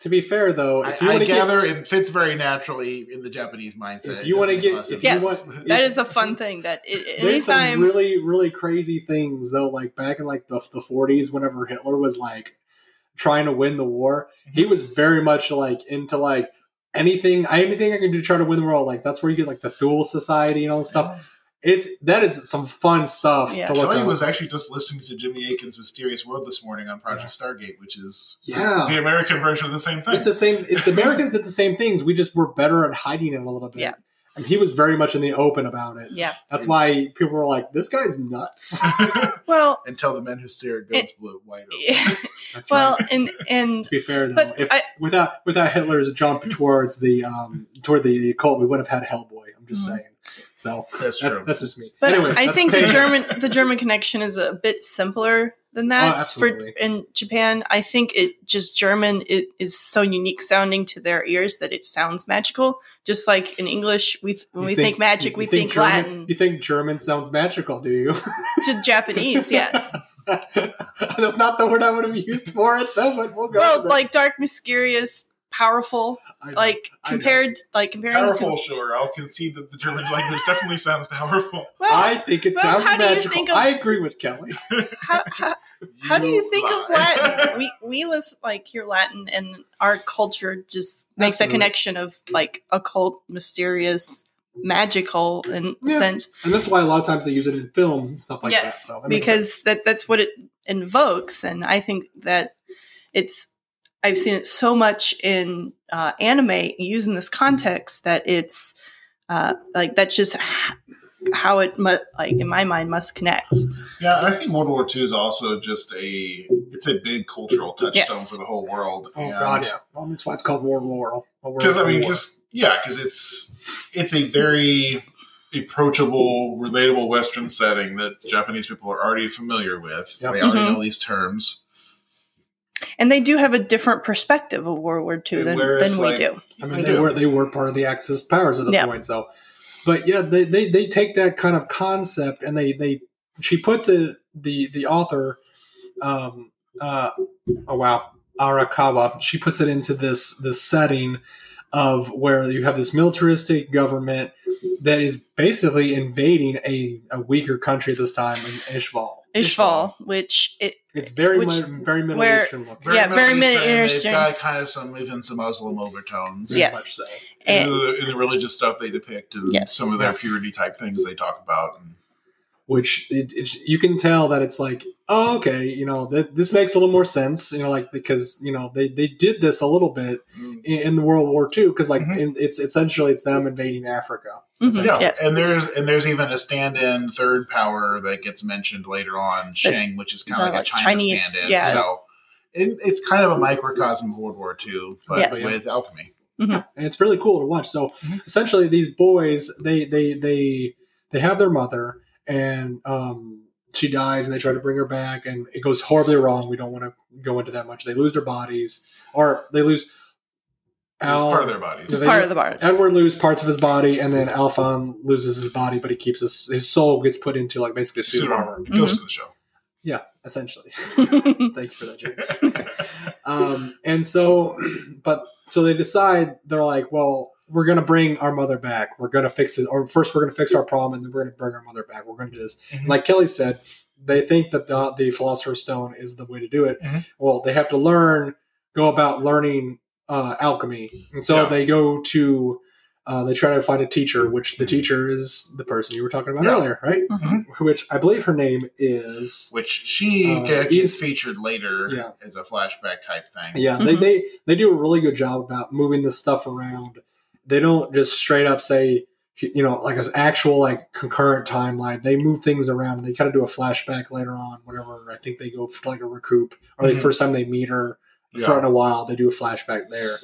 [SPEAKER 2] to be fair though,
[SPEAKER 1] I,
[SPEAKER 2] if you
[SPEAKER 1] I
[SPEAKER 2] want to get
[SPEAKER 1] gather it fits very naturally in the Japanese mindset.
[SPEAKER 2] If
[SPEAKER 1] It
[SPEAKER 2] you wanna
[SPEAKER 1] doesn't make
[SPEAKER 2] get-
[SPEAKER 1] lots
[SPEAKER 2] if
[SPEAKER 1] of
[SPEAKER 2] you
[SPEAKER 4] Yes.
[SPEAKER 1] sense.
[SPEAKER 2] want-
[SPEAKER 4] that is a fun thing that it,
[SPEAKER 2] there's
[SPEAKER 4] anytime
[SPEAKER 2] some really really crazy things though, like back in like the the 40s, whenever Hitler was like trying to win the war, he
[SPEAKER 4] Mm-hmm.
[SPEAKER 2] was very much like into like anything anything I can do to try to win the war. Like that's where you get like the Thule Society and all this stuff. It's that is some fun stuff
[SPEAKER 4] Yeah.
[SPEAKER 2] to look
[SPEAKER 1] Kelly
[SPEAKER 2] at.
[SPEAKER 1] was actually just listening to Jimmy Aiken's Mysterious World this morning on Project Stargate, which is
[SPEAKER 2] yeah.
[SPEAKER 1] the American version of the same thing.
[SPEAKER 2] It's the same. It's, the Americans did the same things. We just were better at hiding it a little bit.
[SPEAKER 4] Yeah.
[SPEAKER 2] And he was very much in the open about it.
[SPEAKER 4] yeah.
[SPEAKER 2] That's why people were like, "This guy's nuts."
[SPEAKER 4] Well,
[SPEAKER 1] and tell the men who stare at guns blue white open.
[SPEAKER 2] That's
[SPEAKER 4] well,
[SPEAKER 2] right.
[SPEAKER 4] and and
[SPEAKER 2] to be fair though,
[SPEAKER 4] but
[SPEAKER 2] if
[SPEAKER 4] I-
[SPEAKER 2] without without Hitler's jump towards the um toward the occult, we would have had Hellboy. I'm just
[SPEAKER 4] Mhm.
[SPEAKER 2] saying. So
[SPEAKER 1] That's
[SPEAKER 2] that-
[SPEAKER 1] true.
[SPEAKER 2] that's just me.
[SPEAKER 4] But
[SPEAKER 2] Anyways,
[SPEAKER 4] I
[SPEAKER 2] that's
[SPEAKER 4] think the
[SPEAKER 2] opinions.
[SPEAKER 4] German the German connection is a bit simpler than that.
[SPEAKER 2] Oh, absolutely.
[SPEAKER 4] For in Japan, I think it just German it is so unique sounding to their ears that it sounds magical. Just like in English, we th- when
[SPEAKER 2] You
[SPEAKER 4] we think, magic,
[SPEAKER 2] you
[SPEAKER 4] we think,
[SPEAKER 2] German,
[SPEAKER 4] Latin.
[SPEAKER 2] You think German sounds magical, do you?
[SPEAKER 4] to Japanese, yes.
[SPEAKER 2] That's not the word I would have used for it, though. But we'll go.
[SPEAKER 4] well,
[SPEAKER 2] with it.
[SPEAKER 4] like dark, mysterious, powerful.
[SPEAKER 2] I know.
[SPEAKER 4] Like
[SPEAKER 2] I know.
[SPEAKER 4] compared, like comparing
[SPEAKER 1] powerful,
[SPEAKER 4] to
[SPEAKER 1] sure. I'll concede that the German language definitely sounds powerful.
[SPEAKER 4] well,
[SPEAKER 2] I think it
[SPEAKER 4] well,
[SPEAKER 2] sounds
[SPEAKER 4] how do you
[SPEAKER 2] magical.
[SPEAKER 4] think of-
[SPEAKER 2] I agree with Kelly.
[SPEAKER 4] how, how, how do you think of
[SPEAKER 1] lie.
[SPEAKER 4] Latin? we we listen like hear Latin, and our culture just makes that
[SPEAKER 2] Absolutely.
[SPEAKER 4] connection of like occult, mysterious, magical, and
[SPEAKER 2] Yeah.
[SPEAKER 4] sense.
[SPEAKER 2] And that's why a lot of times they use it in films and stuff like that.
[SPEAKER 4] yes,
[SPEAKER 2] So that makes sense.
[SPEAKER 4] because that that's what it invokes, and I think that it's. I've seen it so much in uh, anime using this context that it's uh, like that's just h- how it mu- like in my mind must connect.
[SPEAKER 1] Yeah, and I think World War II is also just a it's a big cultural touchstone
[SPEAKER 4] Yes.
[SPEAKER 1] for the whole world.
[SPEAKER 2] oh god, yeah. Well, that's why it's called War Laurel.
[SPEAKER 1] Because I mean, just yeah, because it's it's a very approachable, relatable Western setting that Japanese people are already familiar with.
[SPEAKER 2] Yep.
[SPEAKER 1] They already
[SPEAKER 4] Mhm.
[SPEAKER 1] know these terms.
[SPEAKER 4] And they do have a different perspective of World War II than,
[SPEAKER 1] Whereas,
[SPEAKER 4] than
[SPEAKER 1] like,
[SPEAKER 4] we do.
[SPEAKER 2] I
[SPEAKER 1] I
[SPEAKER 2] mean, they
[SPEAKER 1] do.
[SPEAKER 2] were they were part of the Axis powers at the
[SPEAKER 4] Yeah.
[SPEAKER 2] point. So, but yeah, they, they they take that kind of concept and they they she puts it the the author, um, uh, oh wow, Arakawa. She puts it into this this setting of where you have this militaristic government that is basically invading a, a weaker country this time in Ishval.
[SPEAKER 4] Ishval, which it,
[SPEAKER 2] It's very
[SPEAKER 4] Which-
[SPEAKER 2] much very Middle
[SPEAKER 4] where-
[SPEAKER 2] Eastern looking.
[SPEAKER 4] Yeah, very
[SPEAKER 1] Middle Eastern,
[SPEAKER 4] Middle Eastern.
[SPEAKER 1] They've got kind of some even some Muslim overtones.
[SPEAKER 2] Very
[SPEAKER 4] Yes.
[SPEAKER 2] much so.
[SPEAKER 1] In,
[SPEAKER 4] it-
[SPEAKER 1] the, in the religious stuff they depict and
[SPEAKER 4] Yes.
[SPEAKER 1] some of their purity type things they talk about. And
[SPEAKER 2] which it, it, you can tell that it's like, oh, okay, you know, th- this makes a little more sense, you know, like because you know they, they did this a little bit in, in the World War II because like
[SPEAKER 1] Mhm.
[SPEAKER 2] in, it's essentially it's them invading Africa.
[SPEAKER 4] mhm,
[SPEAKER 1] yeah,
[SPEAKER 4] yes.
[SPEAKER 1] and there's and there's even a stand-in third power that gets mentioned later on, Sheng, which is kind of
[SPEAKER 4] It's
[SPEAKER 1] like,
[SPEAKER 4] not
[SPEAKER 1] a China
[SPEAKER 4] like Chinese,
[SPEAKER 1] stand-in.
[SPEAKER 4] yeah.
[SPEAKER 1] So it, it's kind of a microcosm of World War II, but
[SPEAKER 4] Yes.
[SPEAKER 1] with alchemy.
[SPEAKER 2] and it's really cool to watch. So
[SPEAKER 1] Mm-hmm.
[SPEAKER 2] essentially, these boys they they they they have their mother, and um, she dies, and they try to bring her back, and it goes horribly wrong. We don't want to go into that much. They lose their bodies, or they lose.
[SPEAKER 1] It was
[SPEAKER 2] Al-
[SPEAKER 1] part of their bodies.
[SPEAKER 2] Yeah, they-
[SPEAKER 4] part of the bars.
[SPEAKER 2] Edward loses parts of his body, and then Alphon loses his body, but he keeps his his soul gets put into like basically a suit of
[SPEAKER 1] Suit
[SPEAKER 2] armor,
[SPEAKER 1] armor. It goes to the show.
[SPEAKER 2] essentially. Thank you for that, James. um, and so, but so they decide they're like, well, we're gonna bring our mother back. We're gonna fix it, or first we're gonna fix our problem, and then we're gonna bring our mother back. We're gonna do this.
[SPEAKER 1] Mhm.
[SPEAKER 2] Like Kelly said, they think that the, the Philosopher's Stone is the way to do it.
[SPEAKER 1] Mhm.
[SPEAKER 2] Well, they have to learn, go about learning uh, alchemy, and so
[SPEAKER 1] Yeah.
[SPEAKER 2] they go to. Uh, they try to find a teacher, which the teacher is the person you were talking about
[SPEAKER 1] Mm-hmm. Yeah. Mm-hmm.
[SPEAKER 2] earlier, right?
[SPEAKER 4] Mhm.
[SPEAKER 2] Which I believe her name is
[SPEAKER 1] Which she
[SPEAKER 2] Uh,
[SPEAKER 1] gets
[SPEAKER 2] he's-
[SPEAKER 1] featured later
[SPEAKER 2] Yeah.
[SPEAKER 1] as a flashback type thing.
[SPEAKER 2] Yeah,
[SPEAKER 4] Mm-hmm.
[SPEAKER 2] they, they they do a really good job about moving this stuff around. They don't just straight up say you know like an actual like concurrent timeline. They move things around. They kind of do a flashback later on. Whatever I think they go for like a recoup or the
[SPEAKER 4] Mm-hmm.
[SPEAKER 1] Mhm.
[SPEAKER 2] first time they meet her
[SPEAKER 1] Yeah.
[SPEAKER 2] for in a while. They do a flashback there,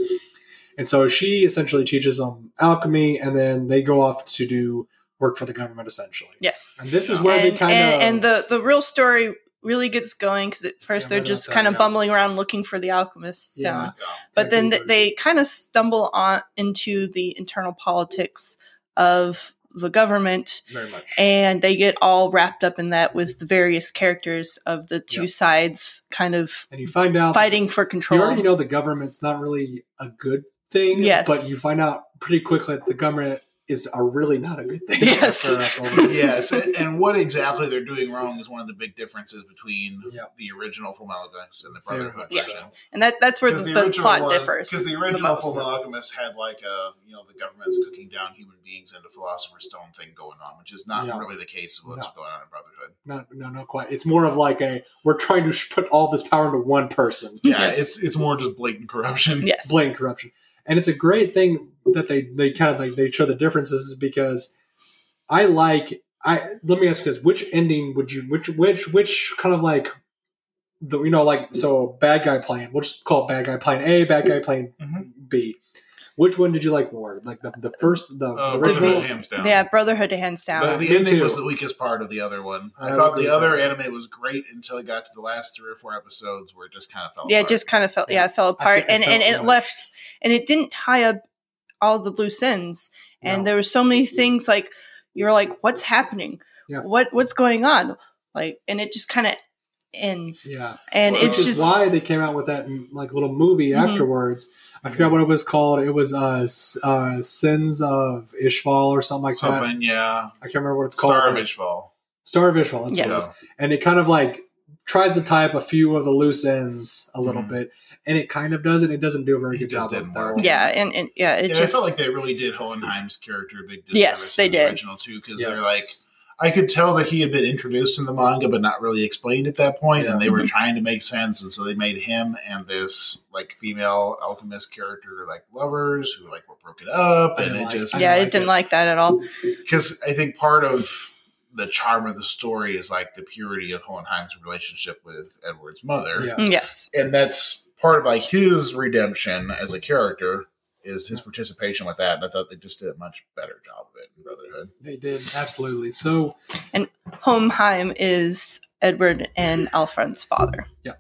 [SPEAKER 2] and so she essentially teaches them alchemy, and then they go off to do work for the government essentially.
[SPEAKER 4] yes.
[SPEAKER 2] And this is where they
[SPEAKER 4] and,
[SPEAKER 2] kind
[SPEAKER 4] and-
[SPEAKER 2] of
[SPEAKER 4] and the the real story really gets going because at first
[SPEAKER 2] Yeah,
[SPEAKER 4] they're
[SPEAKER 2] right
[SPEAKER 4] just
[SPEAKER 2] outside,
[SPEAKER 4] kind of
[SPEAKER 2] yeah.
[SPEAKER 4] bumbling around looking for the alchemist stone,
[SPEAKER 2] yeah,
[SPEAKER 4] but then th-
[SPEAKER 2] Exactly.
[SPEAKER 4] they kind of stumble on into the internal politics of the government
[SPEAKER 2] very much.
[SPEAKER 4] and they get all wrapped up in that with the various characters of the two
[SPEAKER 2] Yeah.
[SPEAKER 4] sides kind of
[SPEAKER 2] And you find out
[SPEAKER 4] fighting for control
[SPEAKER 2] You already know the government's not really a good thing.
[SPEAKER 4] Yes.
[SPEAKER 2] But you find out pretty quickly that the government is a really not a good thing.
[SPEAKER 4] Yes.
[SPEAKER 2] after all this.
[SPEAKER 1] yes, and, and what exactly they're doing wrong is one of the big differences between
[SPEAKER 2] Yeah.
[SPEAKER 1] the original Full Alchemist and the
[SPEAKER 2] Very
[SPEAKER 1] Brotherhood.
[SPEAKER 2] much
[SPEAKER 4] Yes. and that that's where the, the plot differs
[SPEAKER 1] Because the
[SPEAKER 4] the
[SPEAKER 1] original Full
[SPEAKER 4] most.
[SPEAKER 1] Metal Alchemist had like a you know the government's cooking down human beings and a Philosopher's Stone thing going on, which is not
[SPEAKER 2] Yeah.
[SPEAKER 1] really the case of what's
[SPEAKER 2] No.
[SPEAKER 1] going on in Brotherhood.
[SPEAKER 2] Not, no, not quite. It's more of like a we're trying to sh- put all this power into one person.
[SPEAKER 1] Yeah,
[SPEAKER 4] Yes.
[SPEAKER 1] it's it's more just blatant corruption.
[SPEAKER 4] yes
[SPEAKER 2] blatant corruption. And it's a great thing that they they kind of like they show the differences is because I like I let me ask you this: which ending would you which which which kind of like the you know like so bad guy plan? We'll just call it bad guy plan A, bad guy plan B. Which one did you like more? Like the, the first the
[SPEAKER 1] Uh,
[SPEAKER 2] original.
[SPEAKER 1] Brotherhood hands down.
[SPEAKER 4] yeah brotherhood hands
[SPEAKER 1] The,
[SPEAKER 4] down
[SPEAKER 1] the
[SPEAKER 2] Me
[SPEAKER 1] ending
[SPEAKER 2] too.
[SPEAKER 1] was the weakest part of the other one. I,
[SPEAKER 2] I
[SPEAKER 1] thought
[SPEAKER 2] agree
[SPEAKER 1] the
[SPEAKER 2] with
[SPEAKER 1] other
[SPEAKER 2] that.
[SPEAKER 1] anime was great until it got to the last three or four episodes where it just kind of fell.
[SPEAKER 4] yeah it
[SPEAKER 1] apart.
[SPEAKER 4] just kind of fell yeah, it fell
[SPEAKER 2] I
[SPEAKER 4] apart
[SPEAKER 2] think it
[SPEAKER 4] and and
[SPEAKER 2] felt
[SPEAKER 4] it
[SPEAKER 2] like-
[SPEAKER 4] left and it didn't tie up all the loose ends and
[SPEAKER 2] No.
[SPEAKER 4] there were so many things like you're like what's happening
[SPEAKER 2] Yeah.
[SPEAKER 4] what what's going on like and it just kind of ends
[SPEAKER 2] yeah,
[SPEAKER 4] and
[SPEAKER 1] Well,
[SPEAKER 4] it's
[SPEAKER 2] which
[SPEAKER 4] just
[SPEAKER 2] is why they came out with that like little movie
[SPEAKER 4] Mhm.
[SPEAKER 2] afterwards. I forgot what it was called. It was uh, S- uh Sins of Ishval or something like that.
[SPEAKER 1] something. Yeah,
[SPEAKER 2] I can't remember what it's called.
[SPEAKER 1] Star of Ishval.
[SPEAKER 2] Star of Ishval. That's
[SPEAKER 4] Yes.
[SPEAKER 2] what it is. And it kind of like tries to tie up a few of the loose ends a little
[SPEAKER 1] Mhm.
[SPEAKER 2] bit, and it kind of does it. It doesn't do a very
[SPEAKER 1] It
[SPEAKER 2] good
[SPEAKER 1] just
[SPEAKER 2] job of
[SPEAKER 1] didn't
[SPEAKER 2] that.
[SPEAKER 1] work.
[SPEAKER 2] one.
[SPEAKER 4] yeah and, and yeah it
[SPEAKER 1] Yeah, I
[SPEAKER 4] just
[SPEAKER 1] felt like they really did Hohenheim's character a big disservice
[SPEAKER 4] Yes, they
[SPEAKER 1] in the
[SPEAKER 4] did.
[SPEAKER 1] original too because
[SPEAKER 2] Yes.
[SPEAKER 1] they're like I could tell that he had been introduced in the manga but not really explained at that point, and they were trying to make sense, and so they made him and this like female alchemist character like lovers who like were broken up,
[SPEAKER 2] I
[SPEAKER 1] and
[SPEAKER 2] didn't
[SPEAKER 1] it
[SPEAKER 2] like
[SPEAKER 1] just
[SPEAKER 2] I
[SPEAKER 4] yeah,
[SPEAKER 2] like
[SPEAKER 4] it didn't
[SPEAKER 2] it.
[SPEAKER 4] like that at all.
[SPEAKER 1] because I think part of the charm of the story is like the purity of Hohenheim's relationship with Edward's mother,
[SPEAKER 2] Yes.
[SPEAKER 4] Mm, Yes.
[SPEAKER 1] and that's part of like his redemption as a character is his participation with that. And I thought they just did a much better job of it in Brotherhood.
[SPEAKER 2] They did absolutely. So
[SPEAKER 4] Homeheim is Edward and Alfred's father.
[SPEAKER 2] Yeah.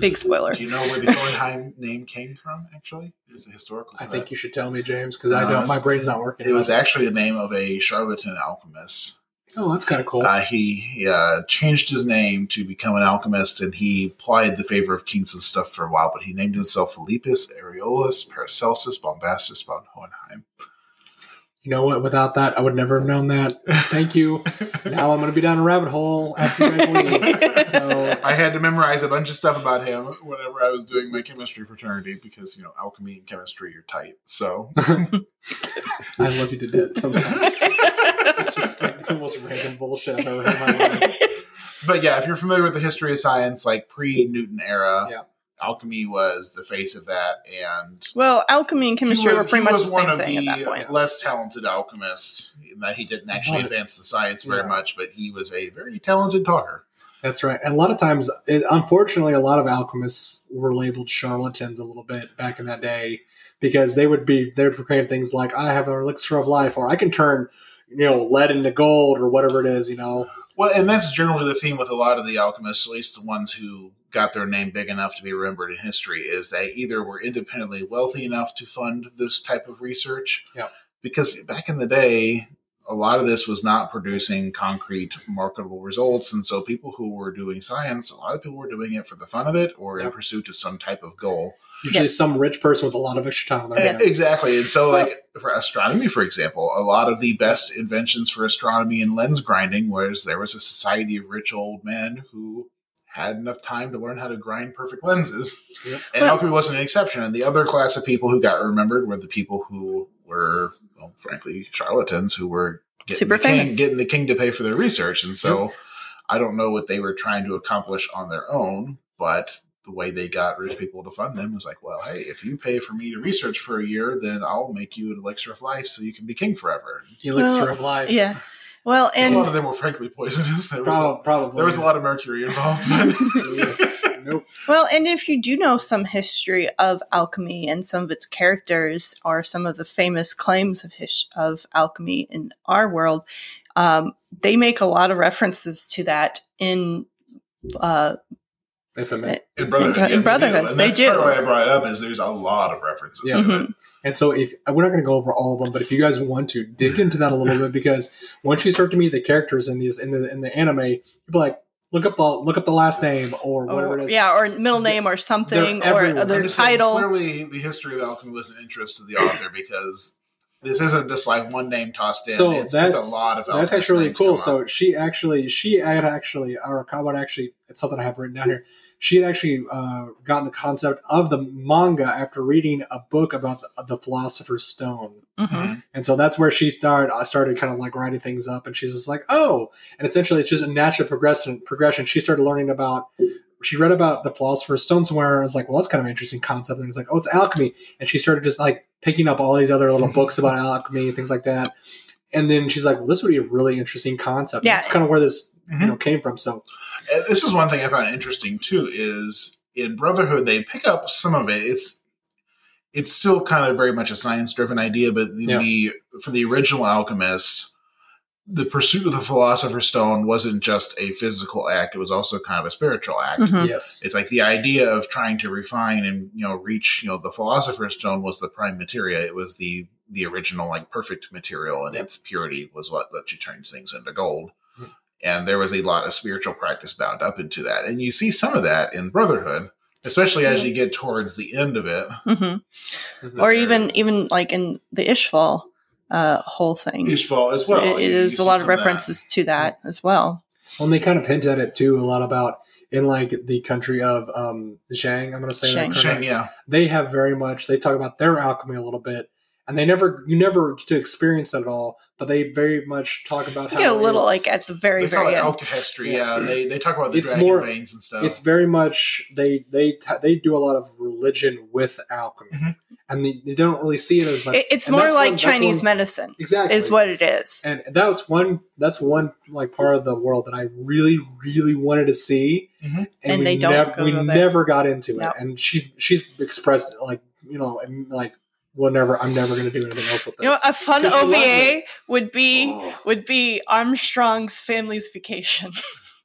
[SPEAKER 4] Big spoiler.
[SPEAKER 1] Do you know where the Hohenheim name came from? Actually, there's a historical.
[SPEAKER 2] I
[SPEAKER 1] fact.
[SPEAKER 2] think you should tell me, James, because I don't. My brain's not working.
[SPEAKER 1] it was actually the name of a charlatan alchemist.
[SPEAKER 2] Oh, that's kind of cool.
[SPEAKER 1] Uh, he he, uh, changed his name to become an alchemist, and he plied the favor of kings and stuff for a while. But he named himself Philippus Areolus Paracelsus Bombastus von Hohenheim.
[SPEAKER 2] You know what? Without that, I would never have known that. Thank you. now I'm going to be down a rabbit hole after you guys leave. So
[SPEAKER 1] I had to memorize a bunch of stuff about him whenever I was doing my chemistry fraternity because you know alchemy and chemistry are tight. So
[SPEAKER 2] I love you to death. Sometimes it's just like the most random bullshit I've ever heard in my life.
[SPEAKER 1] But yeah, if you're familiar with the history of science, like pre Newton era,
[SPEAKER 2] Yeah.
[SPEAKER 1] alchemy was the face of that, and
[SPEAKER 4] well, alchemy and chemistry
[SPEAKER 1] he was-
[SPEAKER 4] were pretty
[SPEAKER 1] he
[SPEAKER 4] much the
[SPEAKER 1] was
[SPEAKER 4] same thing at that point.
[SPEAKER 1] less talented alchemists in that he didn't actually
[SPEAKER 2] Right.
[SPEAKER 1] advance the science very
[SPEAKER 2] Yeah.
[SPEAKER 1] much, but he was a very talented talker.
[SPEAKER 2] That's right. And a lot of times, it, unfortunately, a lot of alchemists were labeled charlatans a little bit back in that day because they would be they would proclaim things like "I have an elixir of life" or "I can turn." You know, lead into gold or whatever it is, you know.
[SPEAKER 1] Well, and that's generally the theme with a lot of the alchemists, at least the ones who got their name big enough to be remembered in history, is they either were independently wealthy enough to fund this type of research.
[SPEAKER 2] Yeah.
[SPEAKER 1] Because back in the day, a lot of this was not producing concrete, marketable results. And so people who were doing science, a lot of people were doing it for the fun of it or in
[SPEAKER 2] Yeah.
[SPEAKER 1] pursuit of some type of goal.
[SPEAKER 2] Usually
[SPEAKER 4] Yes.
[SPEAKER 2] some rich person with a lot of extra time on their
[SPEAKER 4] Yes.
[SPEAKER 2] hands.
[SPEAKER 1] Exactly. And so, like, for astronomy, for example, a lot of the best inventions for astronomy and lens grinding was there was a society of rich old men who had enough time to learn how to grind perfect lenses.
[SPEAKER 2] Yep.
[SPEAKER 1] And
[SPEAKER 4] Well-
[SPEAKER 1] alchemy wasn't an exception. And the other class of people who got remembered were the people who were, well, frankly, charlatans who were
[SPEAKER 4] Super
[SPEAKER 1] the king-
[SPEAKER 4] famous. Mm-hmm.
[SPEAKER 1] getting the king to pay for their research. And so, I don't know what they were trying to accomplish on their own, but the way they got rich people to fund them was like, well, hey, if you pay for me to research for a year, then I'll make you an elixir of life so you can be king forever.
[SPEAKER 2] The elixir
[SPEAKER 4] Well,
[SPEAKER 2] of life.
[SPEAKER 4] Yeah. Well,
[SPEAKER 1] a lot of
[SPEAKER 4] and
[SPEAKER 1] them were frankly poisonous. There was,
[SPEAKER 2] Prob-
[SPEAKER 1] a,
[SPEAKER 2] probably.
[SPEAKER 1] there was a lot of mercury involved.
[SPEAKER 2] Yeah. nope.
[SPEAKER 4] well, and if you do know some history of alchemy and some of its characters are some of the famous claims of his, of alchemy in our world, um, they make a lot of references to that in uh,
[SPEAKER 2] If I may.
[SPEAKER 1] in Brotherhood,
[SPEAKER 4] In-
[SPEAKER 1] yeah,
[SPEAKER 4] in Brotherhood,
[SPEAKER 1] And
[SPEAKER 4] they
[SPEAKER 1] that's part of
[SPEAKER 4] do.
[SPEAKER 1] why I brought it up is there's a lot of references.
[SPEAKER 2] Yeah.
[SPEAKER 1] to it.
[SPEAKER 4] mhm.
[SPEAKER 2] And so, if we're not going to go over all of them, but if you guys want to dig into that a little bit, because once you start to meet the characters in these in the in the anime, you'll be like, look up the look up the last name or whatever
[SPEAKER 4] or,
[SPEAKER 2] it is.
[SPEAKER 4] Oh, yeah, or middle name or something, or
[SPEAKER 2] everywhere.
[SPEAKER 1] I'm
[SPEAKER 4] other
[SPEAKER 1] just saying,
[SPEAKER 4] title.
[SPEAKER 1] Clearly, the history of alchemy was an interest to the author because this isn't just like one name tossed in.
[SPEAKER 2] So
[SPEAKER 1] it's,
[SPEAKER 2] that's-
[SPEAKER 1] it's a lot of
[SPEAKER 2] That's
[SPEAKER 1] alchemist
[SPEAKER 2] actually really
[SPEAKER 1] names
[SPEAKER 2] cool.
[SPEAKER 1] come up.
[SPEAKER 2] So she actually, she had actually, or Kawan actually, it's something I have written down here. She had actually uh, gotten the concept of the manga after reading a book about the, the Philosopher's Stone.
[SPEAKER 1] hmm?
[SPEAKER 4] Mhm.
[SPEAKER 2] And so that's where she started. I started kind of like writing things up, and she's just like, "Oh!" And essentially, it's just a natural progression. Progression. She started learning about. She read about the philosopher's stone somewhere, and was like, "Well, that's kind of an interesting concept." And it's like, "Oh, it's alchemy." And she started just like picking up all these other little books about alchemy and things like that. And then she's like, "Well, this would be a really interesting concept."
[SPEAKER 4] Yeah.
[SPEAKER 2] That's kind of where this you
[SPEAKER 1] Mhm.
[SPEAKER 2] know came from. So
[SPEAKER 1] And this is one thing I found interesting too. Is in Brotherhood they pick up some of it. It's it's still kind of very much a science driven idea, but in
[SPEAKER 2] Yeah.
[SPEAKER 1] the for the original alchemist, the pursuit of the philosopher's stone wasn't just a physical act; it was also kind of a spiritual act.
[SPEAKER 4] Mhm.
[SPEAKER 2] yes,
[SPEAKER 1] It's like the idea of trying to refine and you know reach you know the philosopher's stone was the prime materia. It was the the original like perfect material, and its purity was what let you turn things into gold.
[SPEAKER 2] Hmm.
[SPEAKER 1] And there was a lot of spiritual practice bound up into that, and you see some of that in Brotherhood, especially as you get towards the end of it.
[SPEAKER 4] Mhm.
[SPEAKER 2] Mhm.
[SPEAKER 4] Or even even like in the Ishval uh, whole thing.
[SPEAKER 1] Ishval as well.
[SPEAKER 4] It- it-
[SPEAKER 1] You- you
[SPEAKER 4] there's
[SPEAKER 1] see
[SPEAKER 4] a lot of
[SPEAKER 1] some that.
[SPEAKER 4] references to that as well.
[SPEAKER 2] Well, and they kind of hint at it too a lot about in like the country of um Zhang. I'm going to say that
[SPEAKER 4] Zhang.
[SPEAKER 2] correctly.
[SPEAKER 1] Shang, yeah,
[SPEAKER 2] they have very much they talk about their alchemy a little bit and they never you never get to experience it at all but they very much talk about
[SPEAKER 4] You
[SPEAKER 2] how
[SPEAKER 4] get a little
[SPEAKER 2] it's,
[SPEAKER 4] like at the very
[SPEAKER 1] they call
[SPEAKER 4] very
[SPEAKER 1] it
[SPEAKER 4] end.
[SPEAKER 1] alchemy. Yeah, they they talk about the
[SPEAKER 2] It's
[SPEAKER 1] dragon
[SPEAKER 2] more-
[SPEAKER 1] veins and stuff.
[SPEAKER 2] it's very much they they t- they do a lot of religion with alchemy
[SPEAKER 1] Mhm.
[SPEAKER 2] and they, they don't really see it as much
[SPEAKER 4] It- it's
[SPEAKER 2] and
[SPEAKER 4] more
[SPEAKER 2] that's
[SPEAKER 4] like
[SPEAKER 2] one- that's
[SPEAKER 4] Chinese
[SPEAKER 2] one-
[SPEAKER 4] medicine
[SPEAKER 2] exactly
[SPEAKER 4] is what it is.
[SPEAKER 2] and that's one that's one like part of the world that I really really wanted to see,
[SPEAKER 1] Mhm.
[SPEAKER 4] And
[SPEAKER 2] we
[SPEAKER 4] they don't
[SPEAKER 2] nev-
[SPEAKER 4] go
[SPEAKER 2] we
[SPEAKER 4] there.
[SPEAKER 2] never got into
[SPEAKER 4] No.
[SPEAKER 2] it. And she she's expressed like you know and like we'll never. I'm never going to do anything else with this.
[SPEAKER 4] You know, a fun
[SPEAKER 2] 'Cause I love
[SPEAKER 4] OVA
[SPEAKER 2] it.
[SPEAKER 4] would be
[SPEAKER 2] Oh,
[SPEAKER 4] would be Armstrong's family's vacation.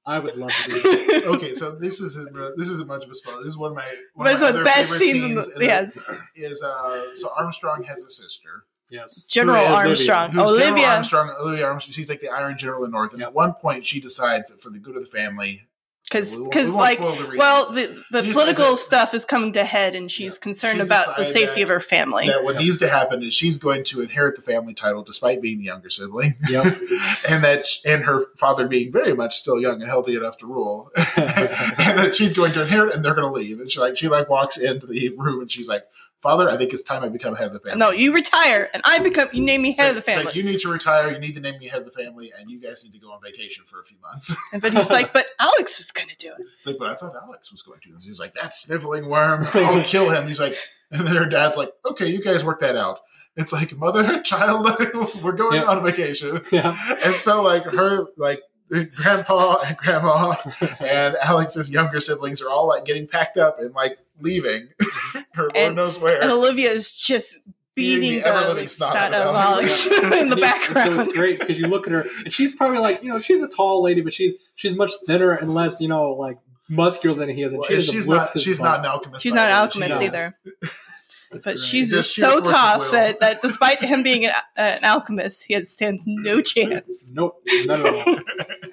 [SPEAKER 2] I would love
[SPEAKER 1] Oh,
[SPEAKER 2] to do. That.
[SPEAKER 4] but
[SPEAKER 1] okay, so this isn't re- this isn't much of a spoiler. This is one of my one
[SPEAKER 4] it's
[SPEAKER 1] of my
[SPEAKER 4] the
[SPEAKER 1] other
[SPEAKER 4] best
[SPEAKER 1] favorite
[SPEAKER 4] scenes in the,
[SPEAKER 1] in
[SPEAKER 4] yes.
[SPEAKER 1] is uh so Armstrong has a sister.
[SPEAKER 2] Yes.
[SPEAKER 4] General
[SPEAKER 1] Who is Olivia?
[SPEAKER 4] Armstrong.
[SPEAKER 1] Who's General
[SPEAKER 4] Uh, Olivia.
[SPEAKER 1] Armstrong, Olivia Armstrong, she's like the Iron General in North. And at one point she decides that for the good of the family,
[SPEAKER 4] Because
[SPEAKER 1] we won't- we
[SPEAKER 4] because
[SPEAKER 1] won't
[SPEAKER 4] like
[SPEAKER 1] spoil the reason,
[SPEAKER 4] well the the
[SPEAKER 1] She
[SPEAKER 4] political
[SPEAKER 1] decided-
[SPEAKER 4] stuff is coming to head and she's
[SPEAKER 1] Yeah.
[SPEAKER 4] concerned
[SPEAKER 1] She's
[SPEAKER 4] about the
[SPEAKER 1] decided
[SPEAKER 4] safety of
[SPEAKER 1] that-
[SPEAKER 4] her family.
[SPEAKER 1] that what needs to happen is she's going to inherit the family title despite being the younger sibling.
[SPEAKER 2] Yep.
[SPEAKER 1] and that sh- and her father being very much still young and healthy enough to rule, and that she's going to inherit, and they're going to leave. And she like she like walks into the room, and she's like, "Father, I think it's time I become head of the family."
[SPEAKER 4] no, you retire and I become you name me head of the
[SPEAKER 1] It's like,
[SPEAKER 4] family.
[SPEAKER 1] you need to retire. You need to name me head of the family, and you guys need to go on vacation for a few months.
[SPEAKER 4] And but he's like, but Alex was gonna do it.
[SPEAKER 1] It's like, but I thought Alex was going to. And she's like, "That sniveling worm, I'll kill him." He's like, and then her dad's like, "Okay, you guys work that out." It's like mother, child, we're going
[SPEAKER 2] Yeah.
[SPEAKER 1] on vacation.
[SPEAKER 2] yeah.
[SPEAKER 1] and so like her like grandpa and grandma and alex's younger siblings are all like getting packed up and like leaving for lord
[SPEAKER 4] And-
[SPEAKER 1] knows where
[SPEAKER 4] And Olivia is just
[SPEAKER 1] Beating
[SPEAKER 4] beating
[SPEAKER 1] the
[SPEAKER 4] the,
[SPEAKER 1] ever-living
[SPEAKER 4] like,
[SPEAKER 1] snot
[SPEAKER 4] snot
[SPEAKER 1] out
[SPEAKER 4] out of
[SPEAKER 1] of
[SPEAKER 4] Alex
[SPEAKER 1] Alex.
[SPEAKER 4] in the
[SPEAKER 2] Yeah, and So
[SPEAKER 4] background.
[SPEAKER 2] it's great because you look at her, and she's probably like, you know, she's a tall lady, but she's she's much thinner and less, you know, like muscular than he is. And
[SPEAKER 1] Well,
[SPEAKER 2] she
[SPEAKER 1] and
[SPEAKER 2] just
[SPEAKER 1] she's
[SPEAKER 2] whips
[SPEAKER 1] not
[SPEAKER 2] his
[SPEAKER 1] she's
[SPEAKER 2] butt.
[SPEAKER 1] not an alchemist
[SPEAKER 4] She's
[SPEAKER 1] by
[SPEAKER 4] not an
[SPEAKER 1] the way.
[SPEAKER 4] alchemist
[SPEAKER 1] She-
[SPEAKER 4] either.
[SPEAKER 2] That's
[SPEAKER 4] But
[SPEAKER 2] great.
[SPEAKER 4] she's
[SPEAKER 1] Just
[SPEAKER 4] just
[SPEAKER 1] sheer
[SPEAKER 4] so
[SPEAKER 1] force of
[SPEAKER 4] tough
[SPEAKER 1] will.
[SPEAKER 4] that, that despite him being an, an alchemist, he has, stands no chance.
[SPEAKER 2] nope, none at all. And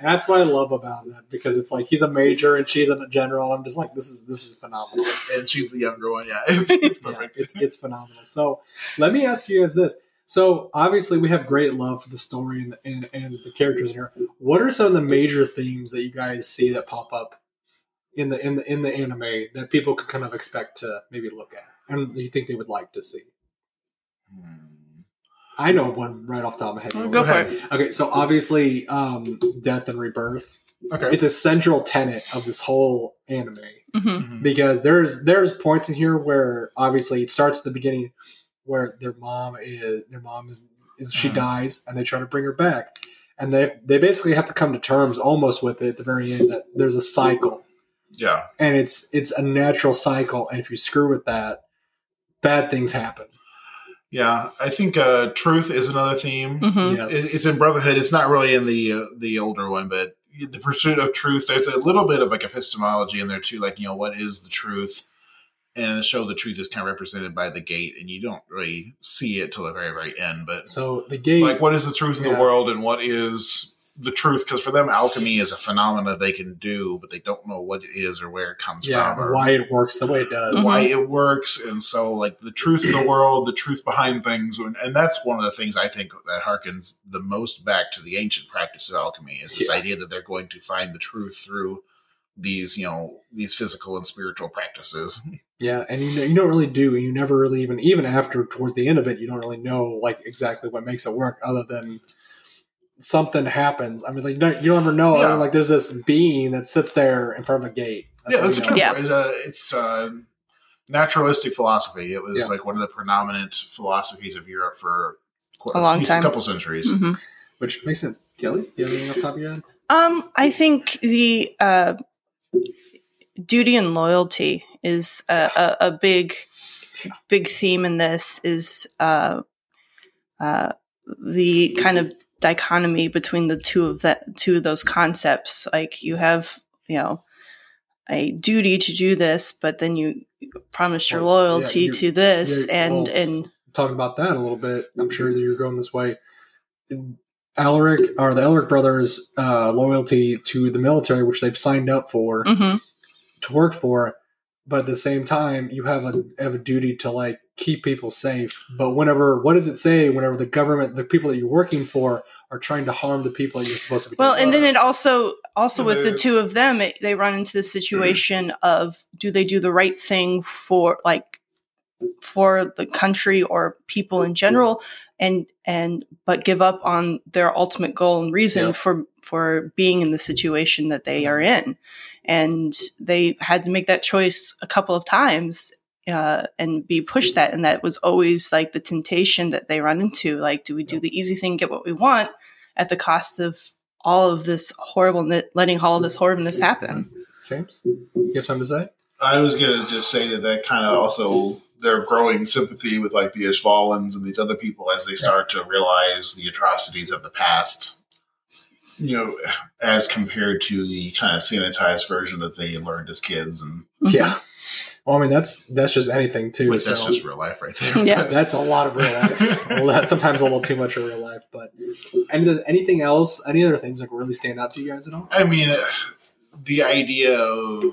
[SPEAKER 2] that's what I love about that because it's like he's a major and she's a general. I'm just like, this is this is phenomenal.
[SPEAKER 1] and she's the younger one yeah it's, it's
[SPEAKER 2] Yeah,
[SPEAKER 1] perfect
[SPEAKER 2] it's it's phenomenal. So let me ask you guys this. So obviously we have great love for the story and the, and, and the characters in here. What are some of the major themes that you guys see that pop up in the in the in the anime that people could kind of expect to maybe look at and you think they would like to see? I know one right off the top of my head.
[SPEAKER 4] Oh, Go for it.
[SPEAKER 2] Okay, so obviously um, death and rebirth.
[SPEAKER 1] okay
[SPEAKER 2] It's a central tenet of this whole anime
[SPEAKER 4] hmm
[SPEAKER 2] because there's there's points in here where obviously it starts at the beginning where their mom is their mom is, is she
[SPEAKER 1] Mhm.
[SPEAKER 2] dies and they try to bring her back and they they basically have to come to terms almost with it at the very end that there's a cycle
[SPEAKER 1] yeah
[SPEAKER 2] and it's it's a natural cycle and if you screw with that bad things happen
[SPEAKER 1] yeah i think uh truth is another theme
[SPEAKER 4] hmm
[SPEAKER 1] It-
[SPEAKER 2] yes
[SPEAKER 1] it's in brotherhood it's not really in the uh, the older one but the pursuit of truth there's a little bit of like epistemology in there too like you know what is the truth and in the show the truth is kind of represented by the gate and you don't really see it till the very very end but
[SPEAKER 2] so the gate
[SPEAKER 1] like what is the truth in
[SPEAKER 2] Yeah.
[SPEAKER 1] the world and what is the truth because for them alchemy is a phenomena they can do but they don't know what it is or where it comes
[SPEAKER 2] yeah
[SPEAKER 1] from or
[SPEAKER 2] why it works the way it does
[SPEAKER 1] why it works and so like the truth in the world the truth behind things and, and that's one of the things i think that harkens the most back to the ancient practice of alchemy is this
[SPEAKER 2] Yeah.
[SPEAKER 1] idea that they're going to find the truth through these you know these physical and spiritual practices
[SPEAKER 2] Yeah, and you know, you don't really do, and you never really even even after towards the end of it, you don't really know like exactly what makes it work, other than something happens. I mean, like you don't, you don't ever know. other than,
[SPEAKER 1] Yeah.
[SPEAKER 2] like there's this being that sits there in front of a gate.
[SPEAKER 1] yeah
[SPEAKER 2] all
[SPEAKER 1] that's
[SPEAKER 2] you
[SPEAKER 1] a
[SPEAKER 2] know.
[SPEAKER 1] term
[SPEAKER 4] Yeah.
[SPEAKER 1] for it. it's a it's a naturalistic philosophy it was
[SPEAKER 2] Yeah.
[SPEAKER 1] like one of the predominant philosophies of europe for quite
[SPEAKER 4] A long
[SPEAKER 1] few-
[SPEAKER 4] time.
[SPEAKER 1] couple centuries
[SPEAKER 4] hmm
[SPEAKER 2] which makes sense. Kelly, you have anything off the top of your head?
[SPEAKER 4] Um, I think the uh, duty and loyalty is a, a, a big, big theme in this. Is uh, uh, the kind of dichotomy between the two of that two of those concepts. Like you have, you know, a duty to do this, but then you promise your
[SPEAKER 2] Well, yeah,
[SPEAKER 4] loyalty
[SPEAKER 2] you-
[SPEAKER 4] to this,
[SPEAKER 2] Yeah,
[SPEAKER 4] and
[SPEAKER 2] well,
[SPEAKER 4] and
[SPEAKER 2] talking about that a little bit, I'm sure that you're going this way. Alaric or the Alaric brothers' uh, loyalty to the military, which they've signed up for,
[SPEAKER 4] Mhm.
[SPEAKER 2] to work for but at the same time you have a have a duty to like keep people safe but whenever what does it say whenever the government the people that you're working for are trying to harm the people that you're supposed to be
[SPEAKER 4] Well,
[SPEAKER 2] doing
[SPEAKER 4] and then it also also
[SPEAKER 1] And
[SPEAKER 4] with the
[SPEAKER 1] the-
[SPEAKER 4] two of them, it, they run into the situation of do they do the right thing for like for the country or people in general, and and but give up on their ultimate goal and reason
[SPEAKER 2] Yeah.
[SPEAKER 4] for for being in the situation that they are in, and they had to make that choice a couple of times. Uh, and be pushed that, and that was always like the temptation that they run into. Like, do we do the easy thing, get what we want, at the cost of all of this horrible letting all this horribleness happen.
[SPEAKER 2] james you have something to say
[SPEAKER 1] I was gonna just say that that kind of also their growing sympathy with like the Ishvalans and these other people as they start to realize the atrocities of the past. You know, as compared to the kind of sanitized version that they learned as kids, and
[SPEAKER 2] Yeah. Well, I mean that's that's just anything too.
[SPEAKER 1] which
[SPEAKER 2] so
[SPEAKER 1] that's just real life right there.
[SPEAKER 4] Yeah.
[SPEAKER 2] that's a lot of real life. Well, that's Sometimes a little too much of real life. But and does anything else, any other things like really stand out to you guys at all?
[SPEAKER 1] I mean, uh, the idea of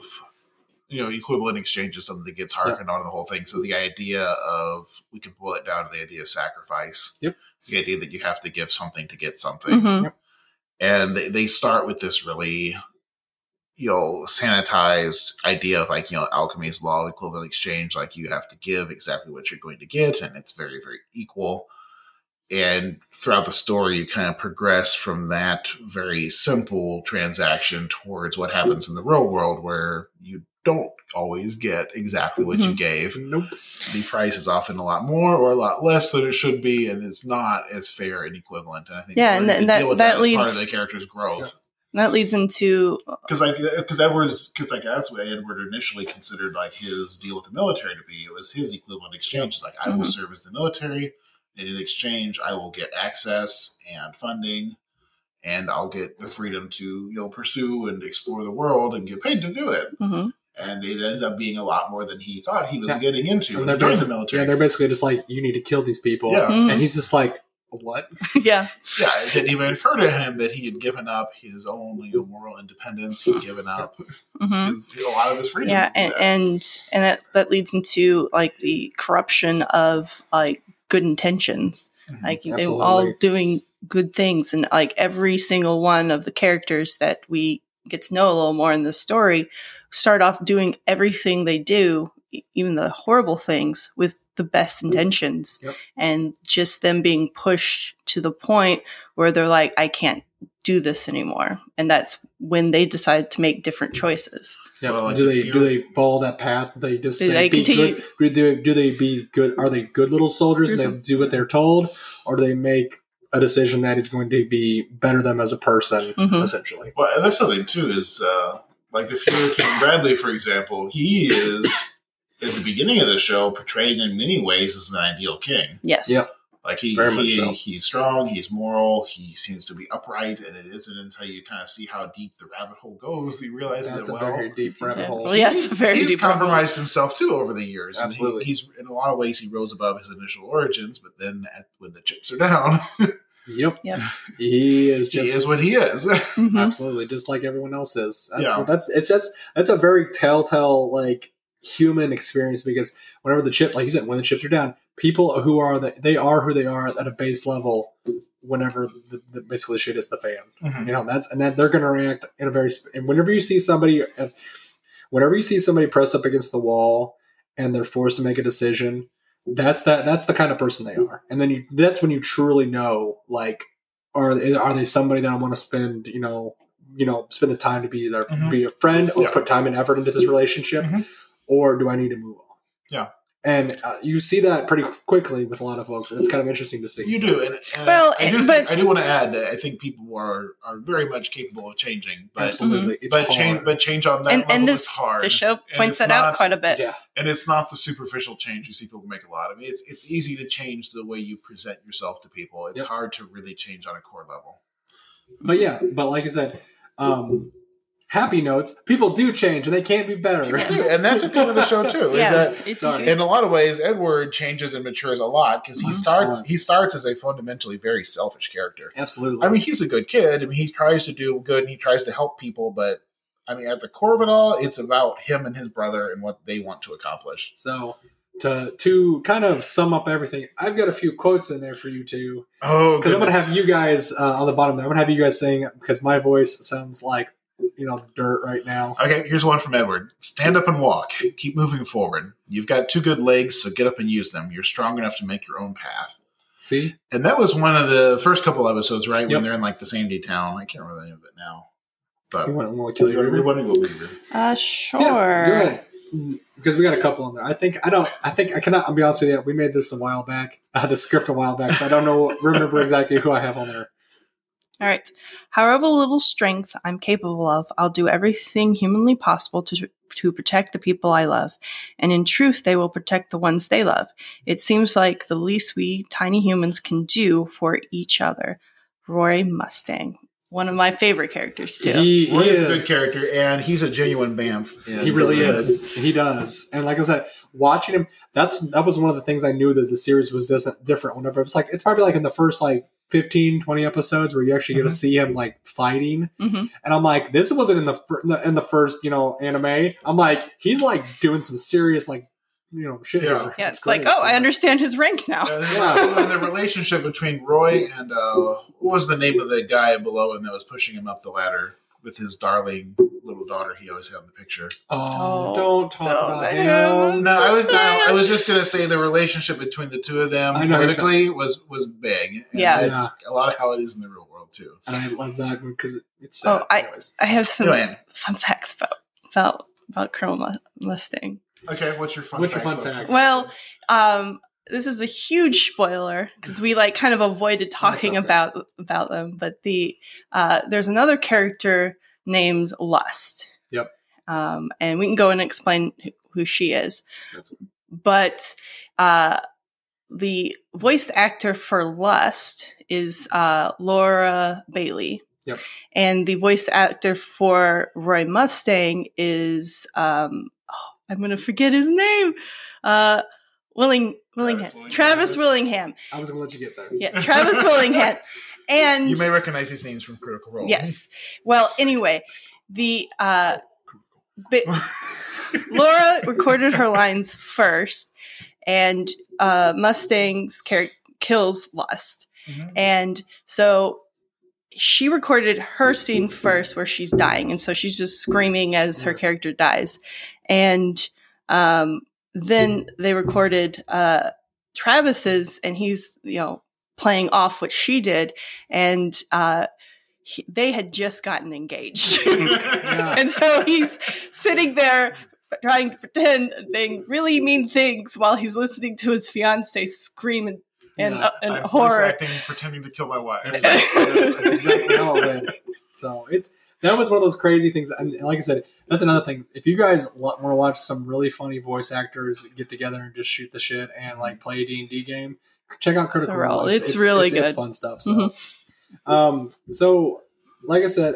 [SPEAKER 1] you know equivalent exchange is something that gets harkened on to the whole thing. So the idea of we can boil it down to the idea of sacrifice.
[SPEAKER 2] Yep.
[SPEAKER 1] The idea that you have to give something to get something,
[SPEAKER 4] hmm
[SPEAKER 1] and they, they start with this really you know sanitized idea of like you know alchemy's law of equivalent exchange like you have to give exactly what you're going to get and it's very very equal and throughout the story you kind of progress from that very simple transaction towards what happens in the real world where you don't always get exactly what you gave
[SPEAKER 2] Nope.
[SPEAKER 1] the price is often a lot more or a lot less than it should be, and it's not as fair and equivalent. And I think
[SPEAKER 4] Yeah, and
[SPEAKER 1] learning to
[SPEAKER 4] th- that-
[SPEAKER 1] deal with
[SPEAKER 4] that
[SPEAKER 1] that is part
[SPEAKER 4] leads-
[SPEAKER 1] of the character's growth
[SPEAKER 4] That leads into
[SPEAKER 1] because like uh, because Edward's because like that's what Edward initially considered like his deal with the military to be. It was his equivalent exchange. It's like I will
[SPEAKER 4] Mhm.
[SPEAKER 1] serve as the military, and in exchange, I will get access and funding. And I'll get the freedom to, you know, pursue and explore the world and get paid to do it.
[SPEAKER 4] mhm.
[SPEAKER 1] And it ends up being a lot more than he thought he was
[SPEAKER 2] Yeah.
[SPEAKER 1] getting into
[SPEAKER 2] And
[SPEAKER 1] when
[SPEAKER 2] they're
[SPEAKER 1] he joined the
[SPEAKER 2] basi-
[SPEAKER 1] military.
[SPEAKER 2] Yeah, they're basically just like you need to kill these people.
[SPEAKER 1] Yeah.
[SPEAKER 4] Mhm.
[SPEAKER 2] And he's just like, what?
[SPEAKER 4] yeah,
[SPEAKER 1] yeah, it didn't even occur to him that he had given up his own you know, moral independence. He'd given up
[SPEAKER 4] hmm
[SPEAKER 1] his, a lot of his freedom.
[SPEAKER 4] yeah, and and and that that leads into like the corruption of like good intentions.
[SPEAKER 1] Mhm.
[SPEAKER 4] Like they
[SPEAKER 2] Mm-hmm. Absolutely.
[SPEAKER 4] were all doing good things, and like every single one of the characters that we get to know a little more in the story start off doing everything they do, e- even the horrible things, with the best intentions,
[SPEAKER 2] Yep.
[SPEAKER 4] and just them being pushed to the point where they're like, "I can't." Do this anymore, and that's when they decide to make different choices.
[SPEAKER 2] Yeah,
[SPEAKER 1] Well, like,
[SPEAKER 2] do they
[SPEAKER 1] if
[SPEAKER 2] do
[SPEAKER 1] you're-
[SPEAKER 2] they follow that path? Do they just
[SPEAKER 4] Do
[SPEAKER 2] say,
[SPEAKER 4] they
[SPEAKER 2] be
[SPEAKER 4] continue-
[SPEAKER 2] good? Do they, do they be good? Are they good little soldiers and they
[SPEAKER 4] Person.
[SPEAKER 2] do what they're told, or do they make a decision that is going to be better them as a person,
[SPEAKER 4] Mhm.
[SPEAKER 2] essentially?
[SPEAKER 1] Well, and that's something too is uh, like the Fuhrer King Bradley, for example. He is at the beginning of the show portrayed in many ways as an ideal king.
[SPEAKER 4] Yes.
[SPEAKER 2] Yeah.
[SPEAKER 1] Like he,
[SPEAKER 2] Very much
[SPEAKER 1] he
[SPEAKER 2] so.
[SPEAKER 1] he's strong, he's moral, he seems to be upright, and it isn't until you kind of see how deep the rabbit hole goes that you realize
[SPEAKER 2] That's
[SPEAKER 1] that
[SPEAKER 2] a
[SPEAKER 1] well,
[SPEAKER 2] very deep rabbit hole.
[SPEAKER 4] Well, yes,
[SPEAKER 1] he's,
[SPEAKER 4] very
[SPEAKER 1] he's
[SPEAKER 4] deep rabbit
[SPEAKER 1] compromised himself too over the years,
[SPEAKER 2] Absolutely.
[SPEAKER 1] and he, he's in a lot of ways he rose above his initial origins. But then, at, when the chips are down,
[SPEAKER 2] Yep.
[SPEAKER 4] Yep.
[SPEAKER 2] He is
[SPEAKER 1] he
[SPEAKER 2] just
[SPEAKER 1] is what he is.
[SPEAKER 4] Mhm.
[SPEAKER 2] absolutely just like everyone else is. That's
[SPEAKER 1] Yeah.
[SPEAKER 2] that's it's just that's a very telltale like human experience because whenever the chip like you said when the chips are down people who are the, they are who they are at a base level whenever the, the basically shit is the fan
[SPEAKER 1] Mm-hmm.
[SPEAKER 2] you know that's and that they're going to react in a very sp- and whenever you see somebody uh, whenever you see somebody pressed up against the wall and they're forced to make a decision that's that that's the kind of person they are and then you that's when you truly know like are are they somebody that i want to spend you know you know spend the time to be their
[SPEAKER 1] Mhm.
[SPEAKER 2] be a friend or
[SPEAKER 1] Yeah.
[SPEAKER 2] put time and effort into this relationship
[SPEAKER 1] Mhm.
[SPEAKER 2] or do i need to move on
[SPEAKER 1] Yeah.
[SPEAKER 2] and uh, you see that pretty quickly with a lot of folks and it's kind of interesting to see
[SPEAKER 1] You do, and, and
[SPEAKER 4] Well,
[SPEAKER 1] I do.
[SPEAKER 4] and-
[SPEAKER 1] think-
[SPEAKER 4] but-
[SPEAKER 1] I do want to add that I think people are are very much capable of changing, but
[SPEAKER 2] absolutely it's
[SPEAKER 1] but change
[SPEAKER 2] hard.
[SPEAKER 1] but change on that
[SPEAKER 4] and
[SPEAKER 1] level
[SPEAKER 4] and
[SPEAKER 1] is
[SPEAKER 4] this
[SPEAKER 1] hard.
[SPEAKER 4] the show points
[SPEAKER 1] it's
[SPEAKER 4] that out
[SPEAKER 1] not-
[SPEAKER 4] quite a bit.
[SPEAKER 2] yeah
[SPEAKER 1] and it's not the superficial change you see people make a lot of. It's it's easy to change the way you present yourself to people. It's
[SPEAKER 2] Yep.
[SPEAKER 1] hard to really change on a core level.
[SPEAKER 2] But yeah, but like I said, um, happy notes. People do change, and they can't be better.
[SPEAKER 4] Yes.
[SPEAKER 1] And that's the thing with the show too.
[SPEAKER 4] Yeah, Uh,
[SPEAKER 1] Is that
[SPEAKER 4] it's- it's
[SPEAKER 2] sorry.
[SPEAKER 4] true.
[SPEAKER 1] in a lot of ways, Edward changes and matures a lot because he
[SPEAKER 2] Mhm.
[SPEAKER 1] starts
[SPEAKER 2] Sure.
[SPEAKER 1] he starts as a fundamentally very selfish character.
[SPEAKER 2] Absolutely.
[SPEAKER 1] I mean, he's a good kid. I mean, he tries to do good and he tries to help people, but I mean, at the core of it all, it's about him and his brother and what they want to accomplish.
[SPEAKER 2] so to to kind of sum up everything, I've got a few quotes in there for you two
[SPEAKER 1] Oh,
[SPEAKER 2] because I'm gonna
[SPEAKER 1] goodness.
[SPEAKER 2] have you guys uh, on the bottom there. I'm gonna have you guys saying because my voice sounds like you know dirt right now.
[SPEAKER 1] Okay, here's one from Edward. Stand up and walk. Keep moving forward. You've got two good legs, so get up and use them. You're strong enough to make your own path.
[SPEAKER 2] See,
[SPEAKER 1] And that was one of the first couple episodes, right?
[SPEAKER 2] Yep.
[SPEAKER 1] When they're in like the Sandy Town. I can't remember the name of it now. But
[SPEAKER 2] you want to kill
[SPEAKER 1] you
[SPEAKER 2] your
[SPEAKER 1] want to
[SPEAKER 2] Ruben?
[SPEAKER 1] go Ruben?
[SPEAKER 4] Uh, sure.
[SPEAKER 2] Yeah, go ahead. Because we got a couple in there. I think I don't. I think I cannot. I'll be honest with you. We made this a while back. Uh, the script a while back, so I don't know. Remember exactly who I have on there.
[SPEAKER 4] All right. However little strength I'm capable of, I'll do everything humanly possible to to protect the people I love, and in truth, they will protect the ones they love. It seems like the least we tiny humans can do for each other. Roy Mustang, one of my favorite characters too.
[SPEAKER 2] He, he
[SPEAKER 1] Roy is a
[SPEAKER 2] is.
[SPEAKER 1] good character, and he's a genuine bamf.
[SPEAKER 2] He really is. He does. And like I said, watching him, that's that was one of the things I knew that the series was dis- different. Whenever it's like, it's probably like in the first like 15, 20 episodes where you actually get
[SPEAKER 4] Mm-hmm.
[SPEAKER 2] to see him like fighting.
[SPEAKER 4] Mhm.
[SPEAKER 2] And I'm like, this wasn't in the fir- in the- in the first you know anime. I'm like, he's like doing some serious like you know shit.
[SPEAKER 1] Yeah.
[SPEAKER 2] here.
[SPEAKER 4] Yeah, it's
[SPEAKER 2] great.
[SPEAKER 4] like, oh, I understand his rank now.
[SPEAKER 1] Uh,
[SPEAKER 2] Wow.
[SPEAKER 1] and the relationship between Roy and uh, what was the name of the guy below him that was pushing him up the ladder with his darling little daughter he always had in the picture.
[SPEAKER 2] Oh,
[SPEAKER 4] Oh,
[SPEAKER 2] don't talk
[SPEAKER 4] no,
[SPEAKER 2] about
[SPEAKER 4] that
[SPEAKER 2] him.
[SPEAKER 4] is-
[SPEAKER 1] No, I was no,
[SPEAKER 4] Sad.
[SPEAKER 1] I was just gonna say the relationship between the two of them
[SPEAKER 2] I know.
[SPEAKER 1] politically was was big. And
[SPEAKER 4] Yeah.
[SPEAKER 1] that's a lot of how it is in the real world too.
[SPEAKER 2] And I love that one because it, it's sad.
[SPEAKER 4] Oh, I-
[SPEAKER 2] Anyways.
[SPEAKER 4] I have some
[SPEAKER 1] Go ahead.
[SPEAKER 4] fun facts about about, about Colonel Mu- Mustang.
[SPEAKER 1] Okay, what's your fun
[SPEAKER 2] What's your
[SPEAKER 1] fact?
[SPEAKER 2] fun fact?
[SPEAKER 4] Well, um, this is a huge spoiler because we like kind of avoided talking
[SPEAKER 1] okay.
[SPEAKER 4] about about them. But the uh, there's another character named Lust.
[SPEAKER 2] Yep.
[SPEAKER 4] Um, and we can go and explain who, who she is. But uh, the voice actor for Lust is uh, Laura Bailey.
[SPEAKER 2] Yep.
[SPEAKER 4] And the voice actor for Roy Mustang is um, oh, I'm going to forget his name. Uh, Willing Willingham
[SPEAKER 1] Willingham.
[SPEAKER 4] Travis, Willingham.
[SPEAKER 2] I was gonna let you get there.
[SPEAKER 4] Yeah, Travis Willingham. And
[SPEAKER 1] You may recognize these names from Critical Role.
[SPEAKER 4] Yes. Well, anyway, the uh, bi- Laura recorded her lines first, and uh, Mustang's character kills Lust,
[SPEAKER 1] Mhm.
[SPEAKER 4] and so she recorded her scene first, where she's dying, and so she's just screaming as her character dies, and um, then they recorded uh, Travis's, and he's you know playing off what she did, and uh, he, they had just gotten engaged.
[SPEAKER 2] Yeah.
[SPEAKER 4] and so he's sitting there trying to pretend they really mean things while he's listening to his fiance scream and, and,
[SPEAKER 2] Yeah,
[SPEAKER 4] uh, and
[SPEAKER 1] I'm voice
[SPEAKER 4] horror.
[SPEAKER 1] acting, pretending to kill my wife.
[SPEAKER 2] exactly how it went. So it's that was one of those crazy things. And like I said, that's another thing. If you guys want to watch some really funny voice actors get together and just shoot the shit and like play D and D game, check out Critical
[SPEAKER 4] They're all-
[SPEAKER 2] Role.
[SPEAKER 4] it's really good. Mm-hmm.
[SPEAKER 2] It's fun stuff. So, um, so like I said,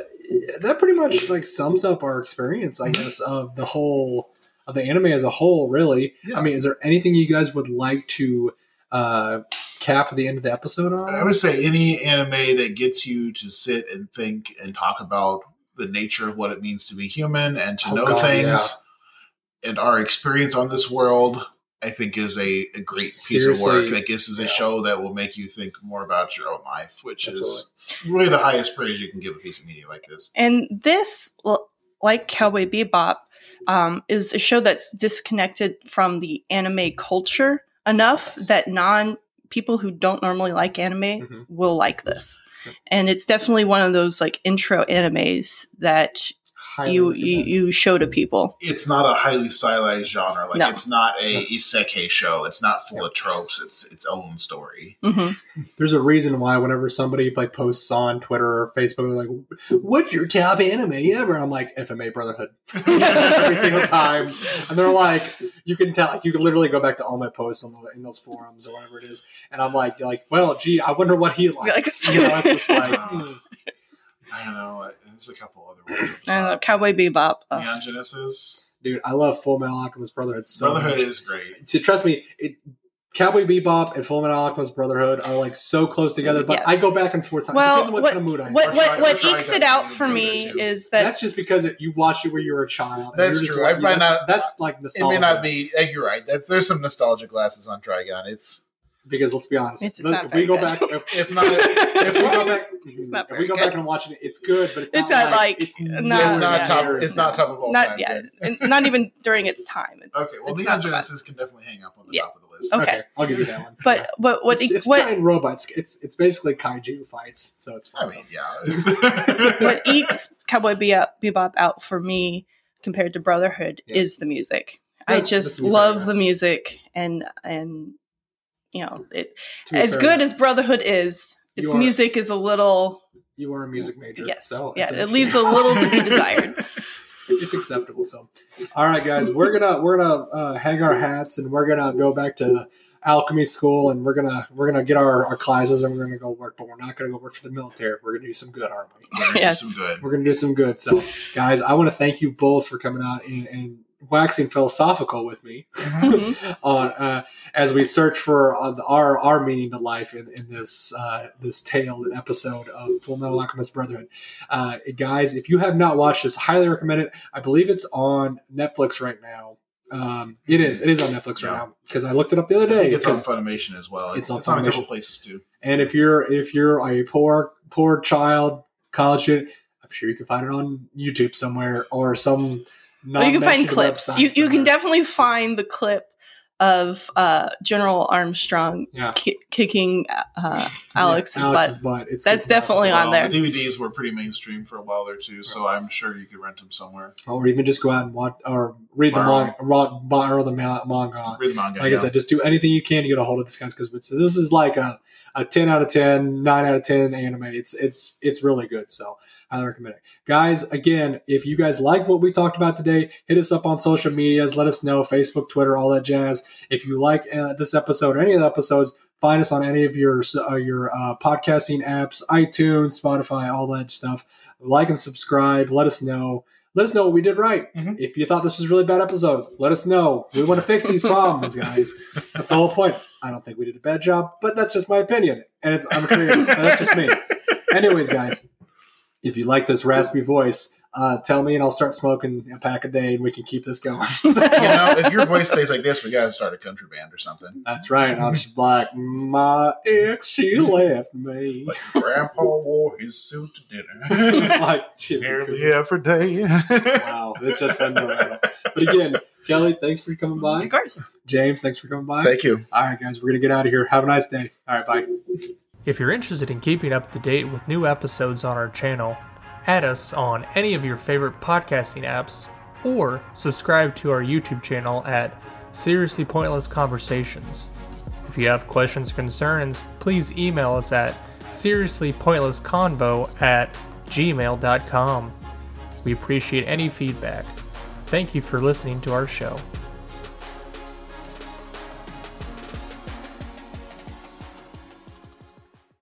[SPEAKER 2] that pretty much like sums up our experience,
[SPEAKER 4] Mm-hmm.
[SPEAKER 2] I guess, of the whole of the anime as a whole. Really, I mean, is there anything you guys would like to? uh cap the end of the episode on
[SPEAKER 1] I would say any anime that gets you to sit and think and talk about the nature of what it means to be human and to
[SPEAKER 2] Oh,
[SPEAKER 1] know
[SPEAKER 2] God,
[SPEAKER 1] things and our experience on this world, I think is a, a great piece of work
[SPEAKER 2] Seriously,
[SPEAKER 1] that gives us a
[SPEAKER 2] yeah.
[SPEAKER 1] show that will make you think more about your own life, which
[SPEAKER 2] Absolutely.
[SPEAKER 1] is really the highest praise you can give a piece of media like this.
[SPEAKER 4] And this, l- like Cowboy Bebop, um, is a show that's disconnected from the anime culture enough
[SPEAKER 2] Yes.
[SPEAKER 4] that non people who don't normally like anime
[SPEAKER 2] Mhm.
[SPEAKER 4] will like this.
[SPEAKER 2] Yep.
[SPEAKER 4] And it's definitely one of those like intro animes that
[SPEAKER 2] Highly
[SPEAKER 4] you, you
[SPEAKER 2] recommend.
[SPEAKER 4] you show to people.
[SPEAKER 1] It's not a highly stylized genre. Like
[SPEAKER 4] No.
[SPEAKER 1] it's not a
[SPEAKER 2] No.
[SPEAKER 1] isekai show. It's not full of tropes. It's its own story.
[SPEAKER 4] hmm
[SPEAKER 2] there's a reason why whenever somebody like posts on Twitter or Facebook, they're like, "What's your top anime ever?" I'm like, "FMA Brotherhood," every single time, and they're like, "You can tell, like, you can literally go back to all my posts on the, in those forums or whatever it is," and I'm like, "Like, well, gee, I wonder what he likes."
[SPEAKER 4] Like-
[SPEAKER 2] you know, it's just like, mm.
[SPEAKER 1] I don't know. uh, There's a couple other ones. at the
[SPEAKER 2] Uh,
[SPEAKER 4] I
[SPEAKER 1] top.
[SPEAKER 4] love Cowboy Bebop. Oh.
[SPEAKER 1] Neon Genesis.
[SPEAKER 2] dude, I love Full Metal Alchemist Brotherhood so
[SPEAKER 1] Brotherhood
[SPEAKER 2] much.
[SPEAKER 1] is great.
[SPEAKER 2] to trust me, it Cowboy Bebop and Full Metal Alchemist Brotherhood are like so close together, but
[SPEAKER 4] Yeah.
[SPEAKER 2] I go back and forth.
[SPEAKER 4] Well,
[SPEAKER 2] Depends on what, kind of mood I'm in.
[SPEAKER 4] What what
[SPEAKER 1] Or
[SPEAKER 4] what
[SPEAKER 1] try- or
[SPEAKER 4] ekes
[SPEAKER 1] try
[SPEAKER 4] it
[SPEAKER 1] that
[SPEAKER 4] out
[SPEAKER 1] movie
[SPEAKER 4] for me
[SPEAKER 1] too.
[SPEAKER 4] is that
[SPEAKER 2] that's just because it, you watched it when you were a child. and
[SPEAKER 1] That's
[SPEAKER 2] you're just
[SPEAKER 1] true.
[SPEAKER 2] like-
[SPEAKER 1] I might
[SPEAKER 2] that's-
[SPEAKER 1] not-
[SPEAKER 2] That's like
[SPEAKER 1] It may
[SPEAKER 2] nostalgia.
[SPEAKER 1] not be. eh, You're right. That, there's some nostalgia glasses on Trigon. It's
[SPEAKER 2] because let's be honest.
[SPEAKER 4] It's- it's
[SPEAKER 2] look,
[SPEAKER 4] not
[SPEAKER 2] if we
[SPEAKER 4] very
[SPEAKER 2] go
[SPEAKER 4] good.
[SPEAKER 2] back, if,
[SPEAKER 1] it's not. It's
[SPEAKER 2] if we go
[SPEAKER 1] not,
[SPEAKER 2] back,
[SPEAKER 4] not
[SPEAKER 2] if we
[SPEAKER 4] very
[SPEAKER 2] go back and watch it, it's good, but it's,
[SPEAKER 4] It's
[SPEAKER 2] not
[SPEAKER 4] not like-
[SPEAKER 2] it's
[SPEAKER 4] not-
[SPEAKER 2] nowhere
[SPEAKER 1] it's not
[SPEAKER 4] yeah.
[SPEAKER 1] top.
[SPEAKER 2] near
[SPEAKER 1] It's not top of all
[SPEAKER 4] not
[SPEAKER 1] time.
[SPEAKER 4] yeah,
[SPEAKER 1] good.
[SPEAKER 4] and not even during its time. It's,
[SPEAKER 1] Okay. Well, Neon
[SPEAKER 4] it's not the best.
[SPEAKER 1] Genesis can definitely hang up on the
[SPEAKER 4] Yeah. Oh.
[SPEAKER 1] top of the list.
[SPEAKER 4] Okay.
[SPEAKER 2] I'll give you that one. Yeah.
[SPEAKER 4] But what what e,
[SPEAKER 2] it's, it's
[SPEAKER 4] what
[SPEAKER 2] giant robots. It's it's basically kaiju fights, so it's
[SPEAKER 1] I
[SPEAKER 2] fine.
[SPEAKER 1] mean, yeah.
[SPEAKER 4] what ekes Cowboy Bebop Bebop out for me compared to Brotherhood
[SPEAKER 2] Yeah.
[SPEAKER 4] is the music. I
[SPEAKER 2] That's- that's
[SPEAKER 4] just
[SPEAKER 2] to be fair,
[SPEAKER 4] love
[SPEAKER 2] yeah.
[SPEAKER 4] the music and and you know it
[SPEAKER 2] To be
[SPEAKER 4] as
[SPEAKER 2] fair,
[SPEAKER 4] good as Brotherhood is. Its
[SPEAKER 2] You are-
[SPEAKER 4] music is a little
[SPEAKER 2] You are a music major.
[SPEAKER 4] Yes.
[SPEAKER 2] So
[SPEAKER 4] yeah,
[SPEAKER 2] it's
[SPEAKER 4] it
[SPEAKER 2] actually-
[SPEAKER 4] leaves a little to be desired.
[SPEAKER 2] it's acceptable. So, all right, guys, we're gonna we're gonna uh, hang our hats and we're gonna go back to alchemy school and we're gonna we're gonna get our, our classes and we're gonna go work, but we're not gonna go work for the military. We're gonna do some good, aren't we?
[SPEAKER 4] Yes.
[SPEAKER 1] Some good.
[SPEAKER 2] We're gonna do some good. So, guys, I want to thank you both for coming out and, and waxing philosophical with me
[SPEAKER 4] Mhm.
[SPEAKER 2] on uh, as we search for uh, our our meaning to life in, in this uh, this tale and episode of Full Metal Alchemist Brotherhood. Uh, guys, if you have not watched this, highly recommend it. I believe it's on Netflix right now. Um, it is. It is on Netflix right
[SPEAKER 1] Yeah.
[SPEAKER 2] now because I looked it up the other
[SPEAKER 1] I
[SPEAKER 2] day.
[SPEAKER 1] think it's on
[SPEAKER 2] 'cause-
[SPEAKER 1] Funimation as well.
[SPEAKER 2] It's
[SPEAKER 1] It's,
[SPEAKER 2] on
[SPEAKER 1] it's on a couple
[SPEAKER 2] Funimation.
[SPEAKER 1] places too.
[SPEAKER 2] and if you're if you're a poor poor child college student, I'm sure you can find it on YouTube somewhere or some.
[SPEAKER 4] Or you can find
[SPEAKER 2] non-mentioned
[SPEAKER 4] clips.
[SPEAKER 2] website
[SPEAKER 4] You you
[SPEAKER 2] somewhere.
[SPEAKER 4] can definitely find the clip of uh, General Armstrong
[SPEAKER 2] Yeah.
[SPEAKER 4] ki- kicking uh,
[SPEAKER 2] Yeah,
[SPEAKER 4] Alex's butt.
[SPEAKER 2] It's
[SPEAKER 4] That's
[SPEAKER 2] good stuff.
[SPEAKER 4] definitely on there.
[SPEAKER 1] Uh, The DVDs were pretty mainstream for a while there too, so I'm sure you could rent them somewhere.
[SPEAKER 2] or even just go out and watch or read
[SPEAKER 1] Borrow.
[SPEAKER 2] the manga, borrow the ma- manga.
[SPEAKER 1] Read the manga.
[SPEAKER 2] Like Uh, I
[SPEAKER 1] yeah.
[SPEAKER 2] said, just do anything you can to get a hold of this guy's because this is like a, a 10 out of 10, 9 out of 10 anime. It's it's it's really good. So highly recommend it. Guys, again, if you guys like what we talked about today, hit us up on social medias. Let us know Facebook, Twitter, all that jazz. If you like uh, this episode or any of the episodes, find us on any of your uh, your uh, podcasting apps, iTunes, Spotify, all that stuff. Like and subscribe. Let us know. Let us know what we did right.
[SPEAKER 1] Mhm.
[SPEAKER 2] If you thought this was a really bad episode, let us know. We want to fix these problems, guys. That's the whole point. I don't think we did a bad job, but that's just my opinion, and it's, I'm a creative. but that's just me. Anyways, guys, if you like this raspy voice, uh, tell me, and I'll start smoking a pack a day, and we can keep this going.
[SPEAKER 1] you know, if your voice stays like this, we gotta start a country band or something.
[SPEAKER 2] That's right. I'll just be like, my ex, she left me.
[SPEAKER 1] Like Grandpa wore his suit to dinner
[SPEAKER 2] it's like, shit,
[SPEAKER 1] nearly every day.
[SPEAKER 2] wow, it's just unbelievable. But again, Kelly, thanks for coming by.
[SPEAKER 4] Of course.
[SPEAKER 2] James, thanks for coming by.
[SPEAKER 1] Thank you.
[SPEAKER 2] All right, guys, we're gonna get out of here. Have a nice day. All right, bye.
[SPEAKER 6] If you're interested in keeping up to date with new episodes on our channel, add us on any of your favorite podcasting apps, or subscribe to our YouTube channel at Seriously Pointless Conversations. If you have questions or concerns, please email us at seriouslypointlessconvo at gmail.com. We appreciate any feedback. Thank you for listening to our show.